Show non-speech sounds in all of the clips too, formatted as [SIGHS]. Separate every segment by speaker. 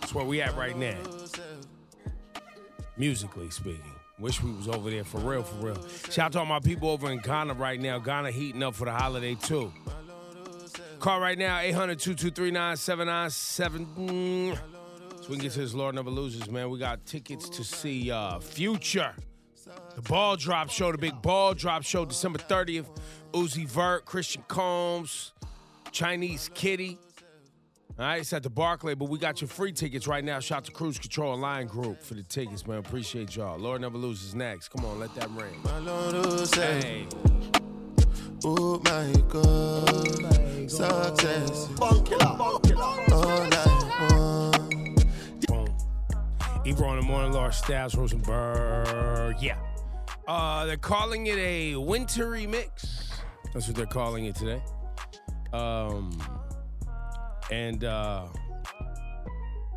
Speaker 1: That's where we at right now. Musically speaking. Wish we was over there for real, for real. Shout out to all my people over in Ghana right now. Ghana heating up for the holiday too. Call right now, 800 223 9797. So we can get to this Lord Never Loses, man. We got tickets to see uh, Future. The Ball Drop Show, the big Ball Drop Show, December 30th. Uzi Vert, Christian Combs, Chinese Kitty. All right, it's at the Barclay, but we got your free tickets right now. Shout out to Cruise Control and Lion Group for the tickets, man. Appreciate y'all. Lord Never Loses next. Come on, let that ring.
Speaker 2: My Lord, oh, say,
Speaker 1: Hey,
Speaker 2: oh my God, success. All I want.
Speaker 1: boom. Ebro in the morning, Lars Stabs, Rosenberg. Yeah. Uh, they're calling it a wintry mix. That's what they're calling it today. Um, and uh,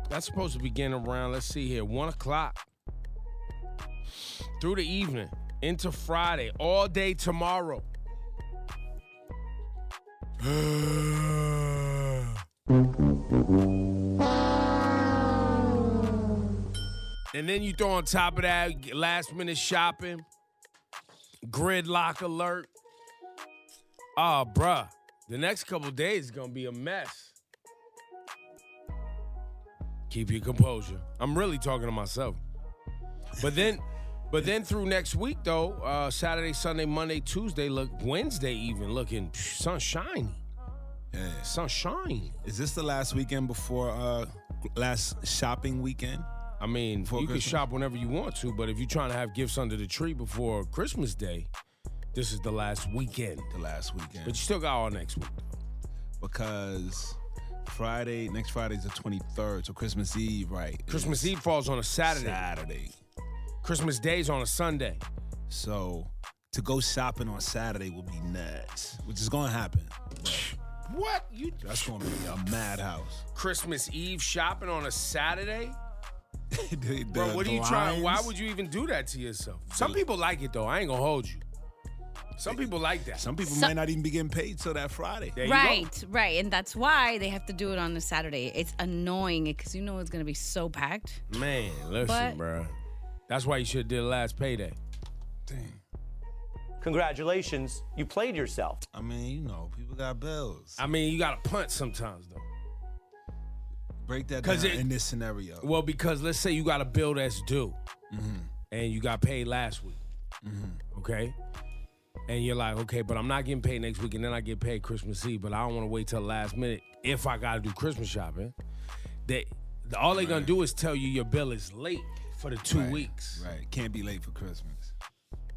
Speaker 1: that's supposed to begin around, let's see here, 1 o'clock through the evening into Friday, all day tomorrow. And then you throw on top of that last minute shopping, gridlock alert. Ah, bruh, the next couple days is gonna be a mess. Keep your composure. I'm really talking to myself. But then, but then through next week though, uh, Saturday, Sunday, Monday, Tuesday, look Wednesday even looking psh, sunshiny,
Speaker 3: Yeah.
Speaker 1: sunshiny.
Speaker 3: Is this the last weekend before uh last shopping weekend?
Speaker 1: I mean,
Speaker 3: Before
Speaker 1: you
Speaker 3: Christmas?
Speaker 1: can shop whenever you want to, but if you're trying to have gifts under the tree before Christmas Day, this is the last weekend.
Speaker 3: The last
Speaker 1: But you
Speaker 3: weekend.
Speaker 1: still got all next week.
Speaker 3: Because Friday, next Friday's the 23rd, so Christmas Eve, right? is
Speaker 1: Christmas Eve falls on a Saturday.
Speaker 3: Saturday.
Speaker 1: Christmas Day's on a Sunday.
Speaker 3: So to go shopping on Saturday would be nuts, which is gonna happen.
Speaker 1: What? You
Speaker 3: That's gonna be a madhouse.
Speaker 1: Christmas Eve shopping on a Saturday?
Speaker 3: The-
Speaker 1: Bro,
Speaker 3: the-
Speaker 1: what are
Speaker 3: the
Speaker 1: you trying? Why
Speaker 3: lines-
Speaker 1: would you even do that to yourself? Some people like it though. I ain't gonna hold you. Some people like that.
Speaker 3: Some people
Speaker 4: Some-
Speaker 3: might not even be getting paid till that Friday.
Speaker 1: There you go.
Speaker 4: Right, right. And that's why they have to do it on a Saturday. It's annoying because you know it's going to be so packed.
Speaker 1: Man, listen,
Speaker 4: But-
Speaker 1: bro. That's why you should have did it last payday.
Speaker 5: Congratulations, you played yourself.
Speaker 3: I mean, you know, people got bills.
Speaker 1: I mean, you gotta punt sometimes though.
Speaker 3: Break that
Speaker 1: 'Cause
Speaker 3: down
Speaker 1: it-
Speaker 3: in this scenario.
Speaker 1: Well, because let's say you got a bill that's due,
Speaker 3: Mm-hmm.
Speaker 1: and you got paid last week, okay, and you're like, okay, but I'm not getting paid next week, and then I get paid Christmas Eve, but I don't want to wait till the last minute if I got to do Christmas shopping. That all they gonna do is tell you your bill is late for the two
Speaker 3: Right,
Speaker 1: weeks.
Speaker 3: Right. Can't be late for Christmas.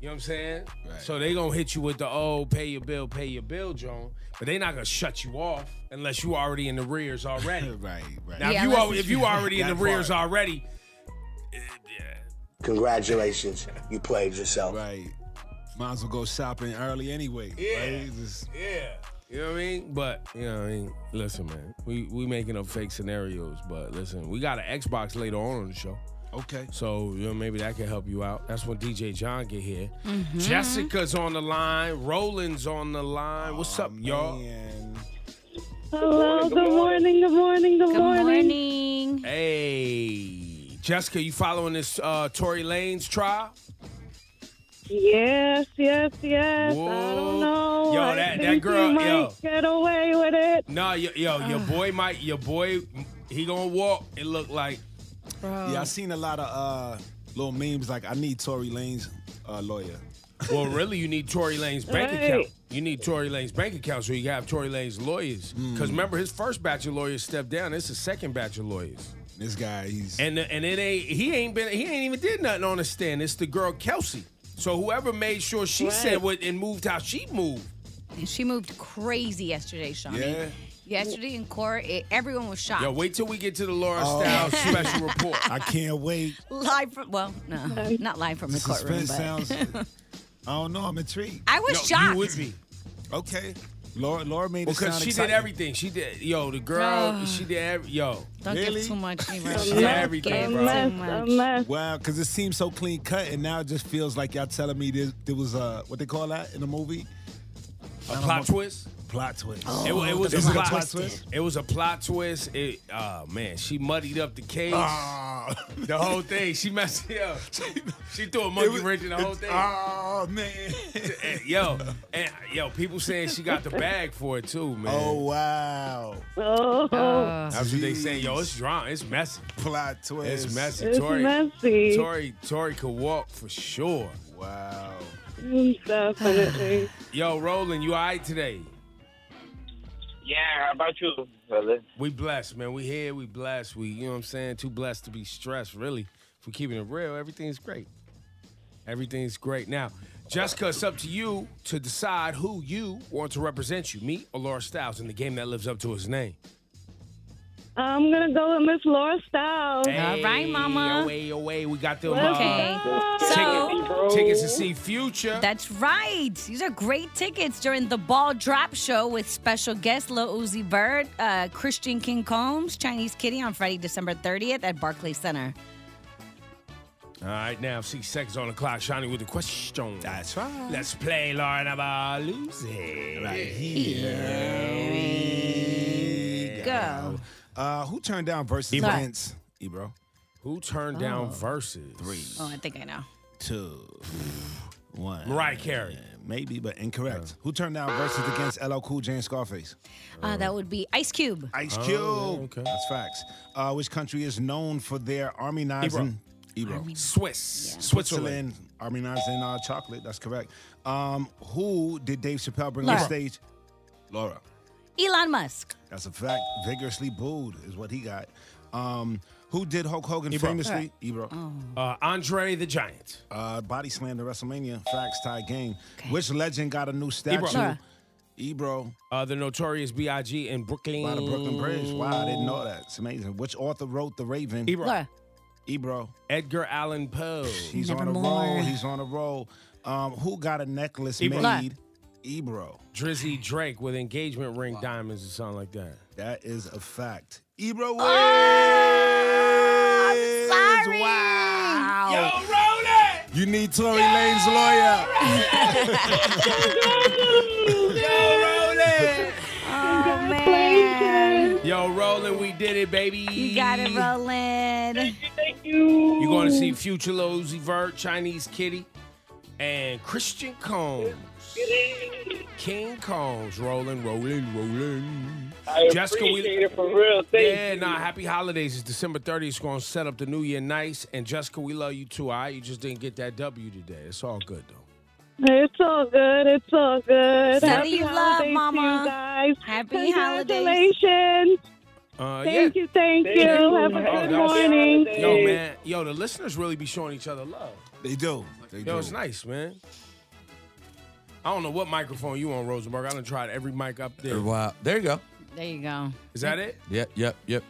Speaker 1: You know what I'm saying?
Speaker 3: Right.
Speaker 1: So they gonna hit you with the oh, pay your bill, pay your bill, Joan. But they not gonna shut you off unless you already in the rears already.
Speaker 3: [LAUGHS] Right, right.
Speaker 1: Now,
Speaker 4: Yeah,
Speaker 1: if you
Speaker 4: unless
Speaker 1: al-
Speaker 4: it's-
Speaker 1: if you already in the
Speaker 3: That
Speaker 1: rears
Speaker 3: part.
Speaker 1: already,
Speaker 6: Congratulations, you played yourself.
Speaker 3: right. Might as well go shopping early anyway.
Speaker 1: Yeah.
Speaker 3: Right? Just-
Speaker 1: Yeah. You know what I mean? But you know what I mean? Listen, man. We we making up fake scenarios, but listen, we got an Xbox later on on the show.
Speaker 3: okay.
Speaker 1: So, you know, maybe that can help you out. That's when DJ John get here.
Speaker 3: Mm-hmm.
Speaker 1: Jessica's on the line. Roland's on the line. What's up, y'all?
Speaker 3: Man.
Speaker 7: Hello, good morning, good morning, good,
Speaker 4: Good
Speaker 7: morning.
Speaker 4: morning.
Speaker 1: Hey. Jessica, you following this uh Tory Lane's trial?
Speaker 7: Yes, yes, yes. I
Speaker 1: Whoa.
Speaker 7: don't know.
Speaker 1: Yo,
Speaker 7: I
Speaker 1: that- that
Speaker 7: think he
Speaker 1: girl-
Speaker 7: might
Speaker 1: yo.
Speaker 7: get away with it.
Speaker 1: No, yo, yo
Speaker 3: Uh.
Speaker 1: your boy might your boy he gonna walk. It look like
Speaker 3: Yeah, I seen a lot of uh, little memes like I need Tory Lane's uh, lawyer.
Speaker 1: Well, really, you need Tory Lane's bank
Speaker 7: Right.
Speaker 1: account. You need Tory Lane's bank account so you can have Tory Lane's lawyers.
Speaker 8: Hmm.
Speaker 1: Because remember, his first batch of lawyers stepped down. It's his second batch of lawyers,
Speaker 3: This guy, he's
Speaker 1: and and it ain't he ain't been he ain't even did nothing on the stand. It's the girl Kelsey. So whoever made sure she said what and moved how she moved.
Speaker 4: She moved crazy yesterday, Shawnee.
Speaker 3: Yeah?
Speaker 4: Yesterday in court, it, everyone was shocked.
Speaker 1: Yo, wait till we get to the Laura
Speaker 3: Oh. [LAUGHS]
Speaker 1: Styles special report.
Speaker 8: I can't wait.
Speaker 4: live from well, no, not live from the courtroom.
Speaker 8: Suspense
Speaker 4: But
Speaker 8: sounds. I don't know. I'm intrigued.
Speaker 4: I was
Speaker 1: No,
Speaker 4: shocked.
Speaker 1: You would be.
Speaker 8: Okay. Laura, Laura made it
Speaker 1: Because
Speaker 8: sound
Speaker 1: she
Speaker 8: exciting.
Speaker 1: did everything. She did, yo, the girl,
Speaker 4: Oh.
Speaker 1: she did, every, yo.
Speaker 4: [LAUGHS] Don't
Speaker 8: Really?
Speaker 4: give too much.
Speaker 1: [LAUGHS]
Speaker 4: Nero.
Speaker 1: She
Speaker 4: Don't
Speaker 1: did everything,
Speaker 4: give
Speaker 1: bro.
Speaker 4: too
Speaker 7: mess, a
Speaker 4: much.
Speaker 7: mess.
Speaker 8: Wow, because it seems so clean cut, and now it just feels like y'all telling me there, there was uh, what they call that in the movie
Speaker 1: A plot twist?
Speaker 8: plot twist. Oh,
Speaker 1: It, wa- it was
Speaker 8: Is
Speaker 1: a
Speaker 8: it
Speaker 1: plot, twist. It was a plot twist. It, oh man, she muddied up the case.
Speaker 8: Oh,
Speaker 1: The whole thing. She messed it
Speaker 8: [LAUGHS]
Speaker 1: up. She threw a monkey wrench in the whole thing.
Speaker 8: Oh man.
Speaker 1: And, [LAUGHS] yo, and yo, people saying she got the bag for it too, man.
Speaker 8: oh wow.
Speaker 7: Oh,
Speaker 1: That's what they saying. Yo, it's drama. It's messy.
Speaker 8: Plot twist.
Speaker 1: It's messy.
Speaker 7: it's
Speaker 1: Tori,
Speaker 7: messy.
Speaker 1: Tori, Tori could walk for sure.
Speaker 8: Wow.
Speaker 7: Definitely.
Speaker 1: [SIGHS] Yo, Roland, you all right today?
Speaker 9: Yeah, how about you, fellas?
Speaker 1: We blessed, man. We here. We blessed. We, you know what I'm saying? Too blessed to be stressed, really. If we're keeping it real, everything's great. Everything's great. Now, Jessica, it's up to you to decide who you want to represent you, me or Laura Styles, in the game that lives up to his name.
Speaker 7: I'm gonna go with Miss Laura Styles.
Speaker 4: All right, mama.
Speaker 1: Away, away. We got them.
Speaker 4: Okay.
Speaker 1: Uh,
Speaker 4: So
Speaker 1: ticket- tickets to see Future.
Speaker 4: that's right. These are great tickets during the Ball Drop Show with special guests Lil Uzi Vert, uh, Christian King Combs, Chinese Kitty on Friday, December 30th at Barclays Center.
Speaker 1: All right, now six seconds on the clock. Shiny with the question.
Speaker 8: That's right.
Speaker 1: Let's play Lauren about losing.
Speaker 8: right here. we
Speaker 4: Go.
Speaker 8: Uh, who turned down versus
Speaker 4: Ebro.
Speaker 8: Vince? E, Ebro.
Speaker 1: Who turned down verses? Three.
Speaker 4: Oh, I think I know.
Speaker 8: Two. One.
Speaker 1: Mariah Carey.
Speaker 8: Maybe, but incorrect. Who turned down versus against LL Cool J and Scarface?
Speaker 4: Uh, that would be Ice Cube. Oh.
Speaker 8: Ice Cube.
Speaker 1: Oh, okay.
Speaker 8: That's facts. Uh, which country is known for their armenizing? Ebro.
Speaker 1: Swiss.
Speaker 8: Switzerland. Armenizing uh, chocolate. That's correct. Um, who did Dave Chappelle bring on
Speaker 4: Laura.
Speaker 8: stage? Laura.
Speaker 4: Elon Musk.
Speaker 8: That's a fact. Vigorously booed is what he got. Um, who did Hulk Hogan
Speaker 1: Ebro.
Speaker 8: famously? Ebro.
Speaker 4: Oh.
Speaker 1: Uh, Andre the Giant.
Speaker 8: Uh, body slam to WrestleMania. Facts tie game. Which legend got a new statue?
Speaker 4: Laura.
Speaker 8: Ebro.
Speaker 1: Uh, the notorious B.I.G. in Brooklyn.
Speaker 8: By the Brooklyn Bridge. Wow, I didn't know that. It's amazing. Which author wrote The Raven?
Speaker 1: Ebro.
Speaker 4: Laura.
Speaker 8: Ebro.
Speaker 1: Edgar Allan Poe.
Speaker 8: He's on a
Speaker 4: Nevermore.
Speaker 8: roll. He's on a roll. Um, who got a necklace
Speaker 1: Ebro.
Speaker 8: made? Ebro.
Speaker 1: Drizzy Drake with engagement ring diamonds or something like that.
Speaker 8: That is a fact. Ebro wins.
Speaker 4: Oh, sorry.
Speaker 8: Wow.
Speaker 1: Roland!
Speaker 8: You need Tory Lane's lawyer.
Speaker 1: [LAUGHS] Yo,
Speaker 4: [LAUGHS]
Speaker 1: Roland!
Speaker 4: Oh, Man.
Speaker 1: Yo, Roland, we did it, baby.
Speaker 4: You got it, Roland.
Speaker 7: Thank you.
Speaker 1: You're going to see Future Lil Uzi Vert, Chinese Kitty, and Christian Combs. King Combs, rolling, rolling, rolling.
Speaker 9: I
Speaker 1: Jessica, we-
Speaker 9: appreciate it for real. Thank
Speaker 1: Yeah,
Speaker 9: you.
Speaker 1: nah, happy holidays. It's December 30th. It's going to set up the new year nice. And Jessica, we love you too, all right? You just didn't get that W today. It's all good, though.
Speaker 7: It's all good. It's all good.
Speaker 4: Send you love,
Speaker 7: holidays to
Speaker 4: Mama.
Speaker 7: you guys.
Speaker 4: Happy holidays.
Speaker 7: Congratulations.
Speaker 1: Uh,
Speaker 7: Thank
Speaker 1: yeah.
Speaker 7: you. Thank,
Speaker 9: Thank
Speaker 7: you.
Speaker 9: you.
Speaker 7: Have a
Speaker 1: Oh,
Speaker 7: good
Speaker 1: that was-
Speaker 7: morning.
Speaker 1: Yo, man. Yo, the listeners really be showing each other love.
Speaker 8: They do. They
Speaker 1: Yo,
Speaker 8: do.
Speaker 1: it's nice, man. I don't know what microphone you on, Rosenberg. I done tried every mic up there.
Speaker 10: Wow. There you go.
Speaker 4: There you go.
Speaker 1: Is that it?
Speaker 10: Yep, yep, yep.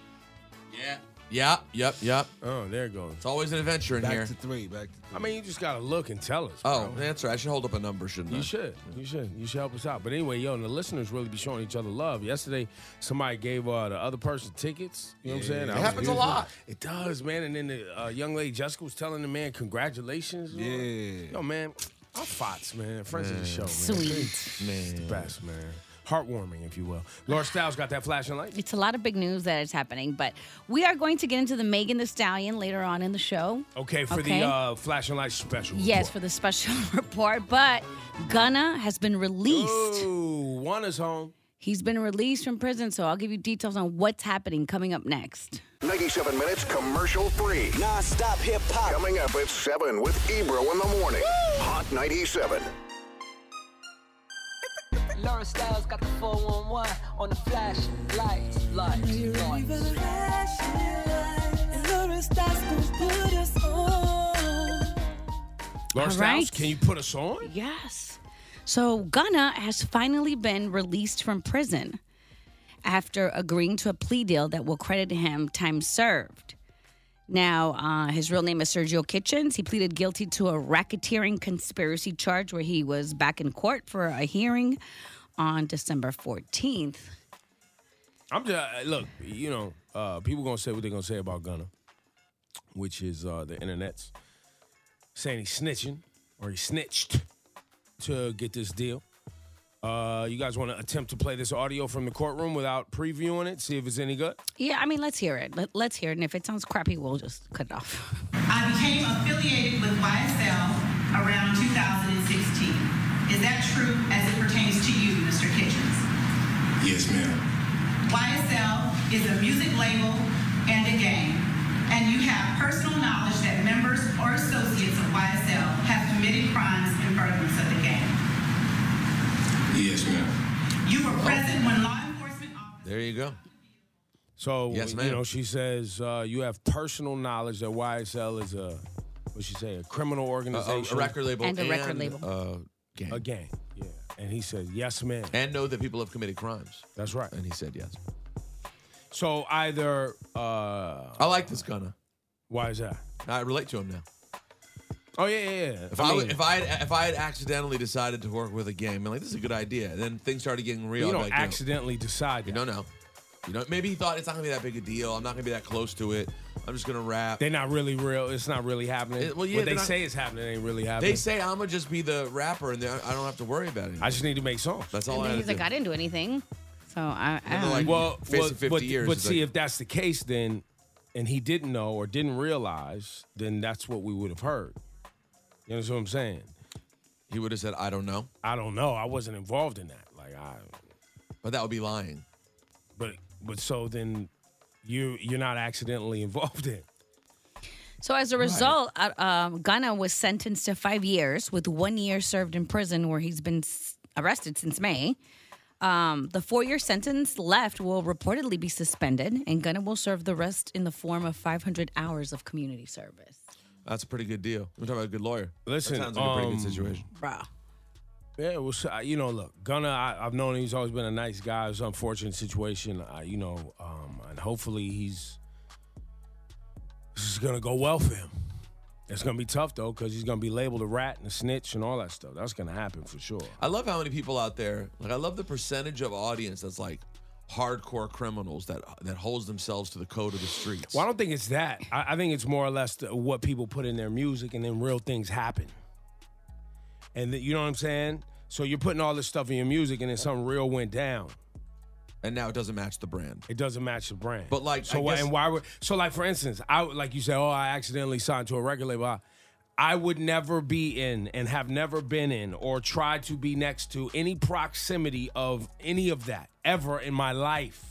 Speaker 10: Yeah. Yep, yep, yep.
Speaker 1: Oh, there it goes.
Speaker 10: It's always an adventure in
Speaker 8: Back
Speaker 10: here.
Speaker 8: to three. Back to three.
Speaker 1: I mean, you just gotta look and tell us.
Speaker 10: oh,
Speaker 1: bro.
Speaker 10: that's right. I should hold up a number, shouldn't I?
Speaker 1: You should. You should. You should help us out. But anyway, yo, and the listeners really be showing each other love. Yesterday, somebody gave uh, the other person tickets. You know what I'm saying? I was
Speaker 10: happens a
Speaker 1: using-
Speaker 10: lot.
Speaker 1: It does, man. And then the uh, young lady Jessica was telling the man, congratulations. you know?
Speaker 8: Yeah.
Speaker 1: Yo, man, I'm Fots, man. Friends of the show, man.
Speaker 4: Sweet.
Speaker 1: It's the best, man. Heartwarming, if you will. Laura Styles got that flashing light.
Speaker 4: It's a lot of big news that is happening, but we are going to get into the Megan the Stallion later on in the show.
Speaker 1: Okay, for
Speaker 4: Okay.
Speaker 1: the uh, flashing light special.
Speaker 4: Yes, for the special [LAUGHS] report, but Gunna has been released.
Speaker 1: Ooh, one is home.
Speaker 4: He's been released from prison, so I'll give you details on what's happening coming up next.
Speaker 2: 97 minutes commercial free.
Speaker 9: Non-stop hip hop.
Speaker 2: Coming up at 7 with Ebro in the morning. Hot 97.
Speaker 9: Laura Styles got the 411 on the flash lights, lights, lights.
Speaker 1: Laura
Speaker 4: All
Speaker 1: Styles,
Speaker 4: right.
Speaker 1: can you put us on?
Speaker 4: Yes. So Gunna has finally been released from prison. after agreeing to a plea deal that will credit him time served. Now, uh, his real name is Sergio Kitchens. He pleaded guilty to a racketeering conspiracy charge where he was back in court for a hearing on December 14th.
Speaker 1: I'm just look, you know, uh, people gonna say what they're gonna say about Gunner, which is uh, the internet's saying he's snitching or he snitched to get this deal. Uh, you guys want to attempt to play this audio from the courtroom without previewing it, see if it's any good?
Speaker 4: Yeah, I mean, let's hear it. Let, let's hear it. And if it sounds crappy, we'll just cut it off.
Speaker 11: I became affiliated with YSL around 2016. Is that true as it pertains to you, Mr. Kitchens?
Speaker 12: Yes, ma'am.
Speaker 11: YSL is a music label and a game, and you have personal knowledge that members or associates of YSL have committed crimes in furtherance of the game.
Speaker 12: Yes, ma'am.
Speaker 11: You were present when law enforcement
Speaker 10: There you go.
Speaker 1: So,
Speaker 10: Yes,
Speaker 1: you
Speaker 10: ma'am.
Speaker 1: know, she says uh, you have personal knowledge that YSL is a, what she say, a criminal organization.
Speaker 10: record label And a record and, label.
Speaker 1: Uh, gang. A gang, yeah. And he said, yes, ma'am.
Speaker 10: And know that people have committed crimes.
Speaker 1: That's right.
Speaker 10: And he said yes.
Speaker 1: So either. Uh,
Speaker 10: I like this Gunner.
Speaker 1: Why is that?
Speaker 10: I relate to him now.
Speaker 1: Oh yeah, yeah. yeah.
Speaker 10: If I, wa- if I had, if I had accidentally decided to work with a game, and like this is a good idea, and then things started getting real.
Speaker 1: you
Speaker 10: I'd be
Speaker 1: don't
Speaker 10: like, no.
Speaker 1: accidentally decide that.
Speaker 10: No, no. You know, maybe he thought it's not gonna be that big a deal. I'm not gonna be that close to it. I'm just gonna rap.
Speaker 1: They're not really real. It's not really happening.
Speaker 10: It- well, yeah,
Speaker 1: what they
Speaker 10: they're not-
Speaker 1: say is happening ain't really happening.
Speaker 10: They say I'm gonna just be the rapper, and then I don't have to worry about it.
Speaker 1: I just need to make songs.
Speaker 10: That's all
Speaker 4: And [LAUGHS]
Speaker 10: I
Speaker 4: he's
Speaker 10: have to
Speaker 4: like, I didn't do anything. So I, I
Speaker 10: And they're
Speaker 4: don't
Speaker 10: like,
Speaker 4: know.
Speaker 10: well,
Speaker 1: Well,
Speaker 10: 50
Speaker 1: but,
Speaker 10: years
Speaker 1: but
Speaker 10: is
Speaker 1: see,
Speaker 10: like-
Speaker 1: if that's the case, then and he didn't know or didn't realize, then that's what we would have heard. You know what I'm saying?
Speaker 10: He would have said, "I don't know."
Speaker 1: I don't know. I wasn't involved in that. Like I.
Speaker 10: But that would be lying.
Speaker 1: But but so then you you're not accidentally [LAUGHS] involved in.
Speaker 4: So as a result, uh, um, Ghana was sentenced to five years with one year served in prison, where he's been s- arrested since May. Um, the four-year sentence left will reportedly be suspended, and Ghana will serve the rest in the form of 500 hours of community service.
Speaker 10: That's a pretty good deal. We're talking about a good lawyer.
Speaker 1: Listen,
Speaker 10: that sounds like a pretty
Speaker 1: um,
Speaker 10: good situation.
Speaker 4: Bruh.
Speaker 1: Yeah, well, so, uh, you know, look, Gunner, I, I've known he's always been a nice guy. It's an unfortunate situation, uh, you know, um, and hopefully he's this is gonna go well for him. It's gonna be tough though, because he's gonna be labeled a rat and a snitch and all that stuff. That's gonna happen for sure.
Speaker 10: I love how many people out there. Like, I love the percentage of audience that's like hardcore criminals that that holds themselves to the code of the streets.
Speaker 1: Well, I don't think it's that. I, I think it's more or less the, what people put in their music, and then real things happen. And that you know what I'm saying? So you're putting all this stuff in your music, and then something real went down.
Speaker 10: And now it doesn't match the brand.
Speaker 1: It doesn't match the brand.
Speaker 10: But, like,
Speaker 1: so
Speaker 10: I
Speaker 1: why
Speaker 10: guess-
Speaker 1: and why would so like for instance, I would- like you said, oh, I accidentally signed to a record label. I, I would never be in and have never been in or tried to be next to any proximity of any of that ever in my life.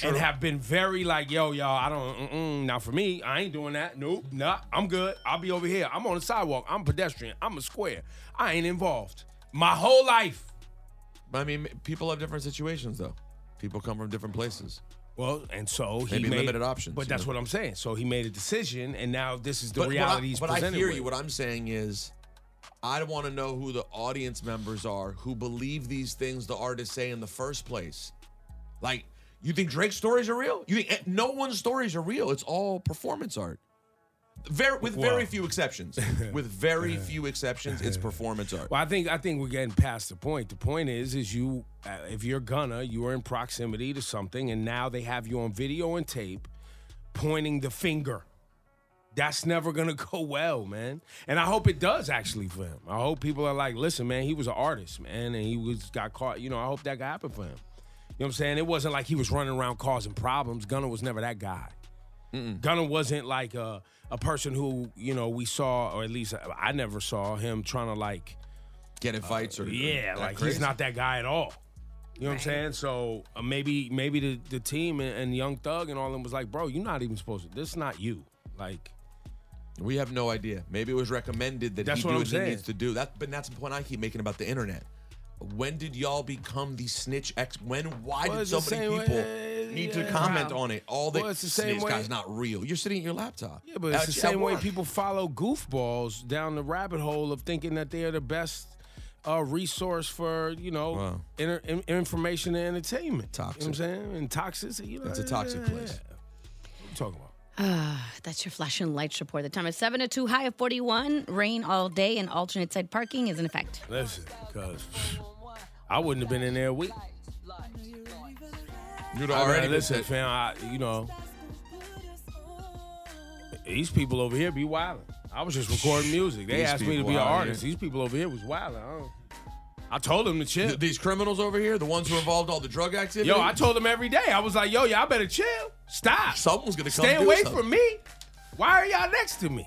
Speaker 1: And have been very like, yo, y'all, I don't, mm-mm, now for me, I ain't doing that. Nope, nah, I'm good. I'll be over here. I'm on the sidewalk. I'm pedestrian. I'm a square. I ain't involved. My whole life.
Speaker 10: I mean, people have different situations though. People come from different places.
Speaker 1: Well, and so he
Speaker 10: Maybe
Speaker 1: made,
Speaker 10: limited options,
Speaker 1: But
Speaker 10: you
Speaker 1: that's
Speaker 10: know?
Speaker 1: what I'm saying. So he made a decision, and now this is the
Speaker 10: But- but I-
Speaker 1: reality he's
Speaker 10: But I,
Speaker 1: presented
Speaker 10: hear
Speaker 1: with.
Speaker 10: you. What I'm saying is, I want to know who the audience members are who believe these things the artists say in the first place. Like, you think Drake's stories are real? You think eh, no one's stories are real? It's all performance art. Very with very
Speaker 1: Well.
Speaker 10: few
Speaker 1: [LAUGHS]
Speaker 10: exceptions. with very few exceptions, it's performance art.
Speaker 1: Well, I think I think we're getting past the point. The point is, is you, uh, if you're gonna, you are in proximity to something, and now they have you on video and tape, pointing the finger. That's never gonna [LAUGHS] go well, man. And I hope it does actually for him. I hope people are like, listen, man, he was an artist, man, and he was got caught. You know, I hope that happened for him. You know what I'm saying? It wasn't like he was running around causing problems. Gunner was never that guy. Gunner wasn't like a, a person who, you know, we saw, or at least I never saw him trying to like uh,
Speaker 10: Get in fights or
Speaker 1: yeah,
Speaker 10: that
Speaker 1: like
Speaker 10: crazy.
Speaker 1: he's not that guy at all. You know what I'm saying? So uh, maybe maybe the, the team and, and Young Thug and all them was like, bro, you're not even supposed to. This is not you. Like
Speaker 10: We have no idea. Maybe it was recommended that
Speaker 1: That's
Speaker 10: he
Speaker 1: what
Speaker 10: do
Speaker 1: I'm
Speaker 10: what
Speaker 1: saying.
Speaker 10: he needs to do. That, but that's the point I keep making about the internet. When did y'all become the snitch ex? When? Why
Speaker 1: Well,
Speaker 10: did
Speaker 1: it's the
Speaker 10: so many
Speaker 1: same
Speaker 10: people
Speaker 1: way-
Speaker 10: need
Speaker 1: yeah.
Speaker 10: to comment on it? All the,
Speaker 1: Well, it's the same
Speaker 10: this
Speaker 1: way-
Speaker 10: guy's not real. You're sitting at your laptop.
Speaker 1: Yeah, but it's
Speaker 10: At-
Speaker 1: the
Speaker 10: at
Speaker 1: same way
Speaker 10: work.
Speaker 1: people follow goofballs down the rabbit hole of thinking that they are the best a resource for you know inter- in- information and entertainment. Toxic, you know what I'm saying, and toxic. You know,
Speaker 10: It's a toxic place.
Speaker 1: yeah. What you talking about?
Speaker 4: Ah, that's your flashing lights report. The time is 7 to 2, high of 41. Rain all day and alternate side parking is in effect.
Speaker 1: Listen, because I wouldn't have been in there a week.
Speaker 10: You'd
Speaker 1: I
Speaker 10: already
Speaker 1: mean,
Speaker 10: been
Speaker 1: listen,
Speaker 10: dead.
Speaker 1: fam. I, you know, these people over here be wilding. I was just recording music. They
Speaker 10: These
Speaker 1: asked me to
Speaker 10: people
Speaker 1: be an
Speaker 10: out here.
Speaker 1: artist. These people over here was wilding. I, don't- I told them to chill.
Speaker 10: Th- these criminals over here, the ones who involved all the drug activity.
Speaker 1: Yo, I told them every day. I was like, yo, y'all better chill. Stop.
Speaker 10: Someone's gonna come
Speaker 1: Stay
Speaker 10: do
Speaker 1: away
Speaker 10: something.
Speaker 1: from me. Why are y'all next to me?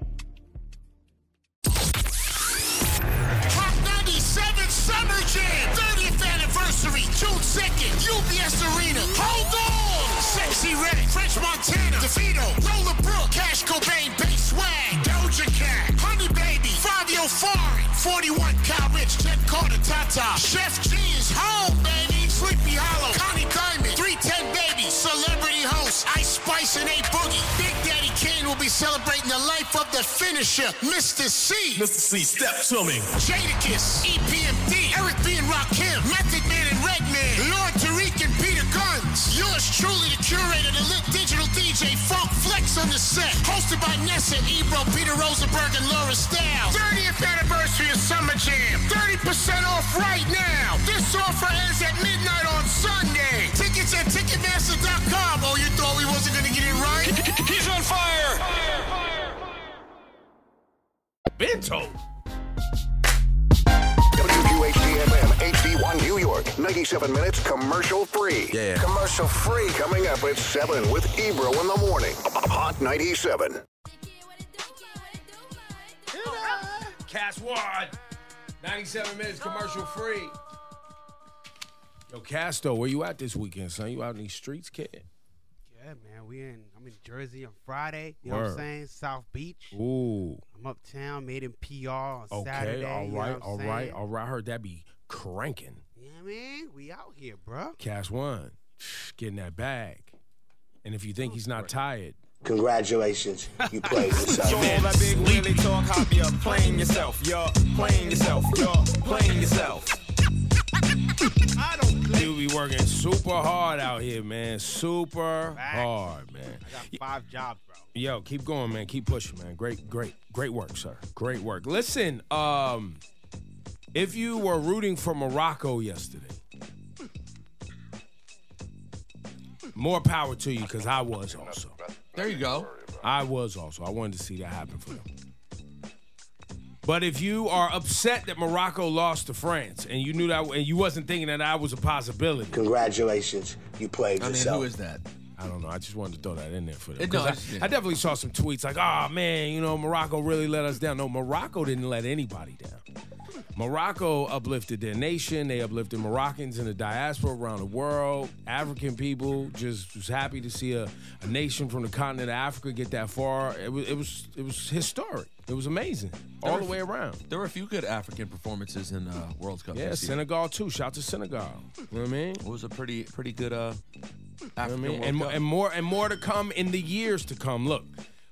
Speaker 13: Top 97 Summer Jam 30th anniversary, June 2nd, UBS Arena. Hold on! Sexy Red, French Montana, DeVito, Lola Brooke, Cash Cobain, Bass Swag, Doja Cat, Honey Baby, Fabio Fari, 41 Kyle Rich, Jet Carter, Tata, Chef G is home, baby. Sleepy Hollow, Connie Diamond, 310 Baby, Celebrity Host, Ice Spice and A Boogie. Big Daddy Kane will be celebrating the life of the finisher, Mr. C. Mr. C, step to me. Jadakiss, E EPMD, Eric B. and Rakim, Method Man and Redman, Lord Tariq and Peter Guns. Yours truly, the curator, the lit digital DJ, Funk Flex on the set. Hosted by Nessa, Ebro, Peter Rosenberg, and Laura Stiles. 30th anniversary of Summer Jam. 30% off right now. This offer ends at midnight on Sunday. Tickets at Ticketmaster.com. Oh, you thought we wasn't going to get it right? He's on fire!
Speaker 1: Bento.
Speaker 2: WQHDFM HD1 New York, 97 minutes commercial free. Yeah. Commercial free coming up at 7 with Ebro in the morning. Hot 97.
Speaker 1: Cash Ward. 97 minutes commercial free. Yo, Casto, where you at this weekend, son? You out in these streets, kid?
Speaker 14: Yeah, man. We in I'm in Jersey on Friday. You know what
Speaker 1: Word.
Speaker 14: I'm saying? South Beach.
Speaker 1: Ooh.
Speaker 14: I'm uptown, made in PR on
Speaker 1: Okay,
Speaker 14: Saturday.
Speaker 1: all
Speaker 14: you know
Speaker 1: right,
Speaker 14: what I'm
Speaker 1: all
Speaker 14: saying?
Speaker 1: right, all right. I heard that be cranking.
Speaker 14: You know what I mean? We out
Speaker 4: [LAUGHS]
Speaker 14: here, bro.
Speaker 1: Cash one, [SNIFFS] getting that bag. And if you think he's not tired,
Speaker 6: Congratulations, you
Speaker 1: [LAUGHS]
Speaker 6: played yourself.
Speaker 15: Yo, all that big wheelie talk, hop, you're playing yourself, you're playing yourself, you're playing
Speaker 14: [LAUGHS]
Speaker 15: yourself.
Speaker 1: you be working super hard out here, man. Super hard, man.
Speaker 14: I got five jobs, bro.
Speaker 1: Yo, keep going, man. Keep pushing, man. Great, great, great work, sir. Great work. Listen, um, if you were rooting for Morocco yesterday, more power to you, because I was also.
Speaker 10: There you go.
Speaker 1: I was also. I wanted to see that happen for them. But if you are upset that Morocco lost to France and you knew that and you wasn't thinking that I was a possibility.
Speaker 6: Congratulations, you played yourself.
Speaker 10: that?
Speaker 1: I don't know. I just wanted to throw that in there for them.
Speaker 6: It does,
Speaker 1: 'Cause I, I definitely saw some tweets like, "Ah, man, you know, Morocco really let us down." No, Morocco didn't let anybody down. Morocco uplifted their nation. They uplifted Moroccans in the diaspora around the world. African people just was happy to see a, a nation from the continent of Africa get that far. It was it was it was historic. It was amazing all the way around.
Speaker 10: There were a few good African performances in uh, World Cup.
Speaker 1: Yeah,
Speaker 10: this year.
Speaker 1: Senegal too. Shout to Senegal. You know what I mean? It
Speaker 10: was a pretty pretty good uh African
Speaker 1: mean?
Speaker 10: World
Speaker 1: and, mo-
Speaker 10: Cup.
Speaker 1: and more and more to come in the years to come. Look,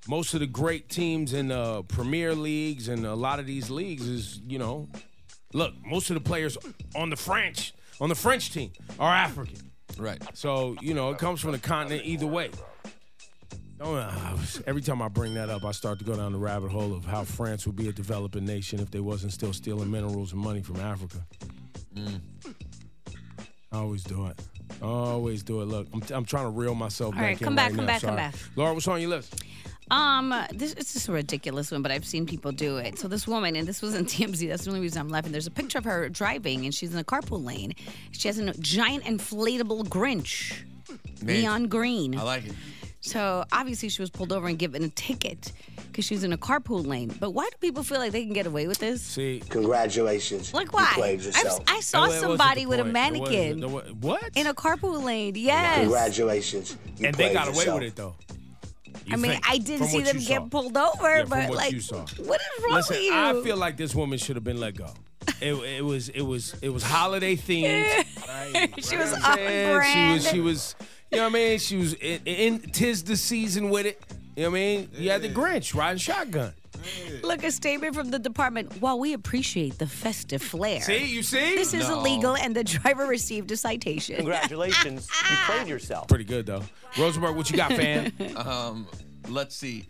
Speaker 1: most of the great teams in the Premier Leagues and a lot of these leagues is, you know, look, most of the players on the French on the French team are African.
Speaker 10: Right.
Speaker 1: So, you know, it comes from the continent either way. Oh, I was- every time I bring that up, I start to go down the rabbit hole of how France would be a developing nation if they wasn't still stealing minerals and money from Africa. I always do it. I always do it. Look, I'm, I'm trying to reel myself
Speaker 4: All
Speaker 1: back
Speaker 4: right,
Speaker 1: in.
Speaker 4: come back,
Speaker 1: right
Speaker 4: come
Speaker 1: now.
Speaker 4: back, come
Speaker 1: Sorry.
Speaker 4: back.
Speaker 1: Laura, what's on your list?
Speaker 4: Um, this is just a ridiculous one, but I've seen people do it. So this woman, and this was [LAUGHS] in TMZ, that's the only reason I'm laughing. There's a picture of her driving, and she's in a carpool lane. She has a giant inflatable Grinch,
Speaker 10: Man.
Speaker 4: neon green.
Speaker 10: I like it.
Speaker 4: So obviously she was pulled over and given a ticket. because she's in a carpool lane. But why do people feel like they can get away with this?
Speaker 1: See,
Speaker 6: congratulations.
Speaker 4: Like
Speaker 6: You
Speaker 4: why?
Speaker 6: played
Speaker 4: I've-
Speaker 6: yourself.
Speaker 4: I saw
Speaker 6: No, it wasn't
Speaker 4: somebody
Speaker 6: the
Speaker 4: with a
Speaker 6: point. It wasn't-
Speaker 4: mannequin
Speaker 6: no,
Speaker 1: what
Speaker 4: in a carpool lane. Yes,
Speaker 6: Congratulations. You
Speaker 1: and they
Speaker 6: played
Speaker 1: got away
Speaker 6: yourself.
Speaker 1: with it though.
Speaker 4: I
Speaker 1: You
Speaker 4: mean
Speaker 1: think,
Speaker 4: I didn't
Speaker 1: from
Speaker 4: see
Speaker 1: what
Speaker 4: them
Speaker 1: you
Speaker 4: get
Speaker 1: saw.
Speaker 4: pulled over,
Speaker 1: Yeah, from
Speaker 4: but
Speaker 1: what
Speaker 4: like,
Speaker 1: you saw.
Speaker 4: what is wrong
Speaker 1: Listen,
Speaker 4: with you?
Speaker 1: I feel like this woman should have been let go. It, it was it was it
Speaker 4: [LAUGHS]
Speaker 1: was holiday themed.
Speaker 4: she was
Speaker 1: I'm
Speaker 4: on
Speaker 1: saying?
Speaker 4: brand.
Speaker 1: She was, she was, you know what I mean? She was in, in tis the season with it. You know what I mean? You had the Grinch riding shotgun.
Speaker 4: Look, a statement from the department. While we appreciate the festive flair,
Speaker 1: See, you see?
Speaker 4: this is
Speaker 1: No.
Speaker 4: illegal, and the driver received a citation.
Speaker 10: [LAUGHS]
Speaker 1: [LAUGHS]
Speaker 10: Congratulations, you played yourself.
Speaker 1: Pretty good though. Rosenberg, what you got, fam?
Speaker 10: [LAUGHS] um, let's see.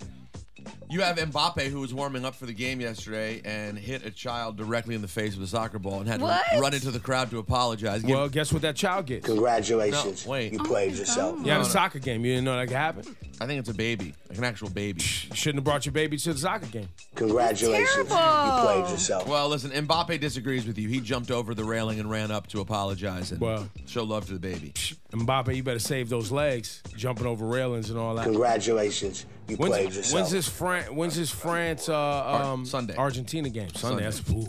Speaker 10: You have Mbappe who was warming up for the game yesterday and hit a child directly in the face with a soccer ball and had
Speaker 6: What?
Speaker 10: to run into the crowd to apologize.
Speaker 1: Well, guess what that child gets?
Speaker 6: Congratulations.
Speaker 10: No, wait.
Speaker 6: You played yourself.
Speaker 1: You had a soccer game. You didn't know that could happen.
Speaker 10: I think it's a baby, like an actual baby.
Speaker 1: Shouldn't have brought your baby to the soccer game.
Speaker 6: Congratulations. You played yourself.
Speaker 10: Well, listen, Mbappe disagrees with you. He jumped over the railing and ran up to apologize and show love to the baby.
Speaker 1: Mbappe, you better save those legs, jumping over railings and all that.
Speaker 6: Congratulations. You
Speaker 1: When's,
Speaker 6: played yourself.
Speaker 1: when's this France? When's this France? Uh, um, Sunday. Argentina game. Sunday. That's ooh,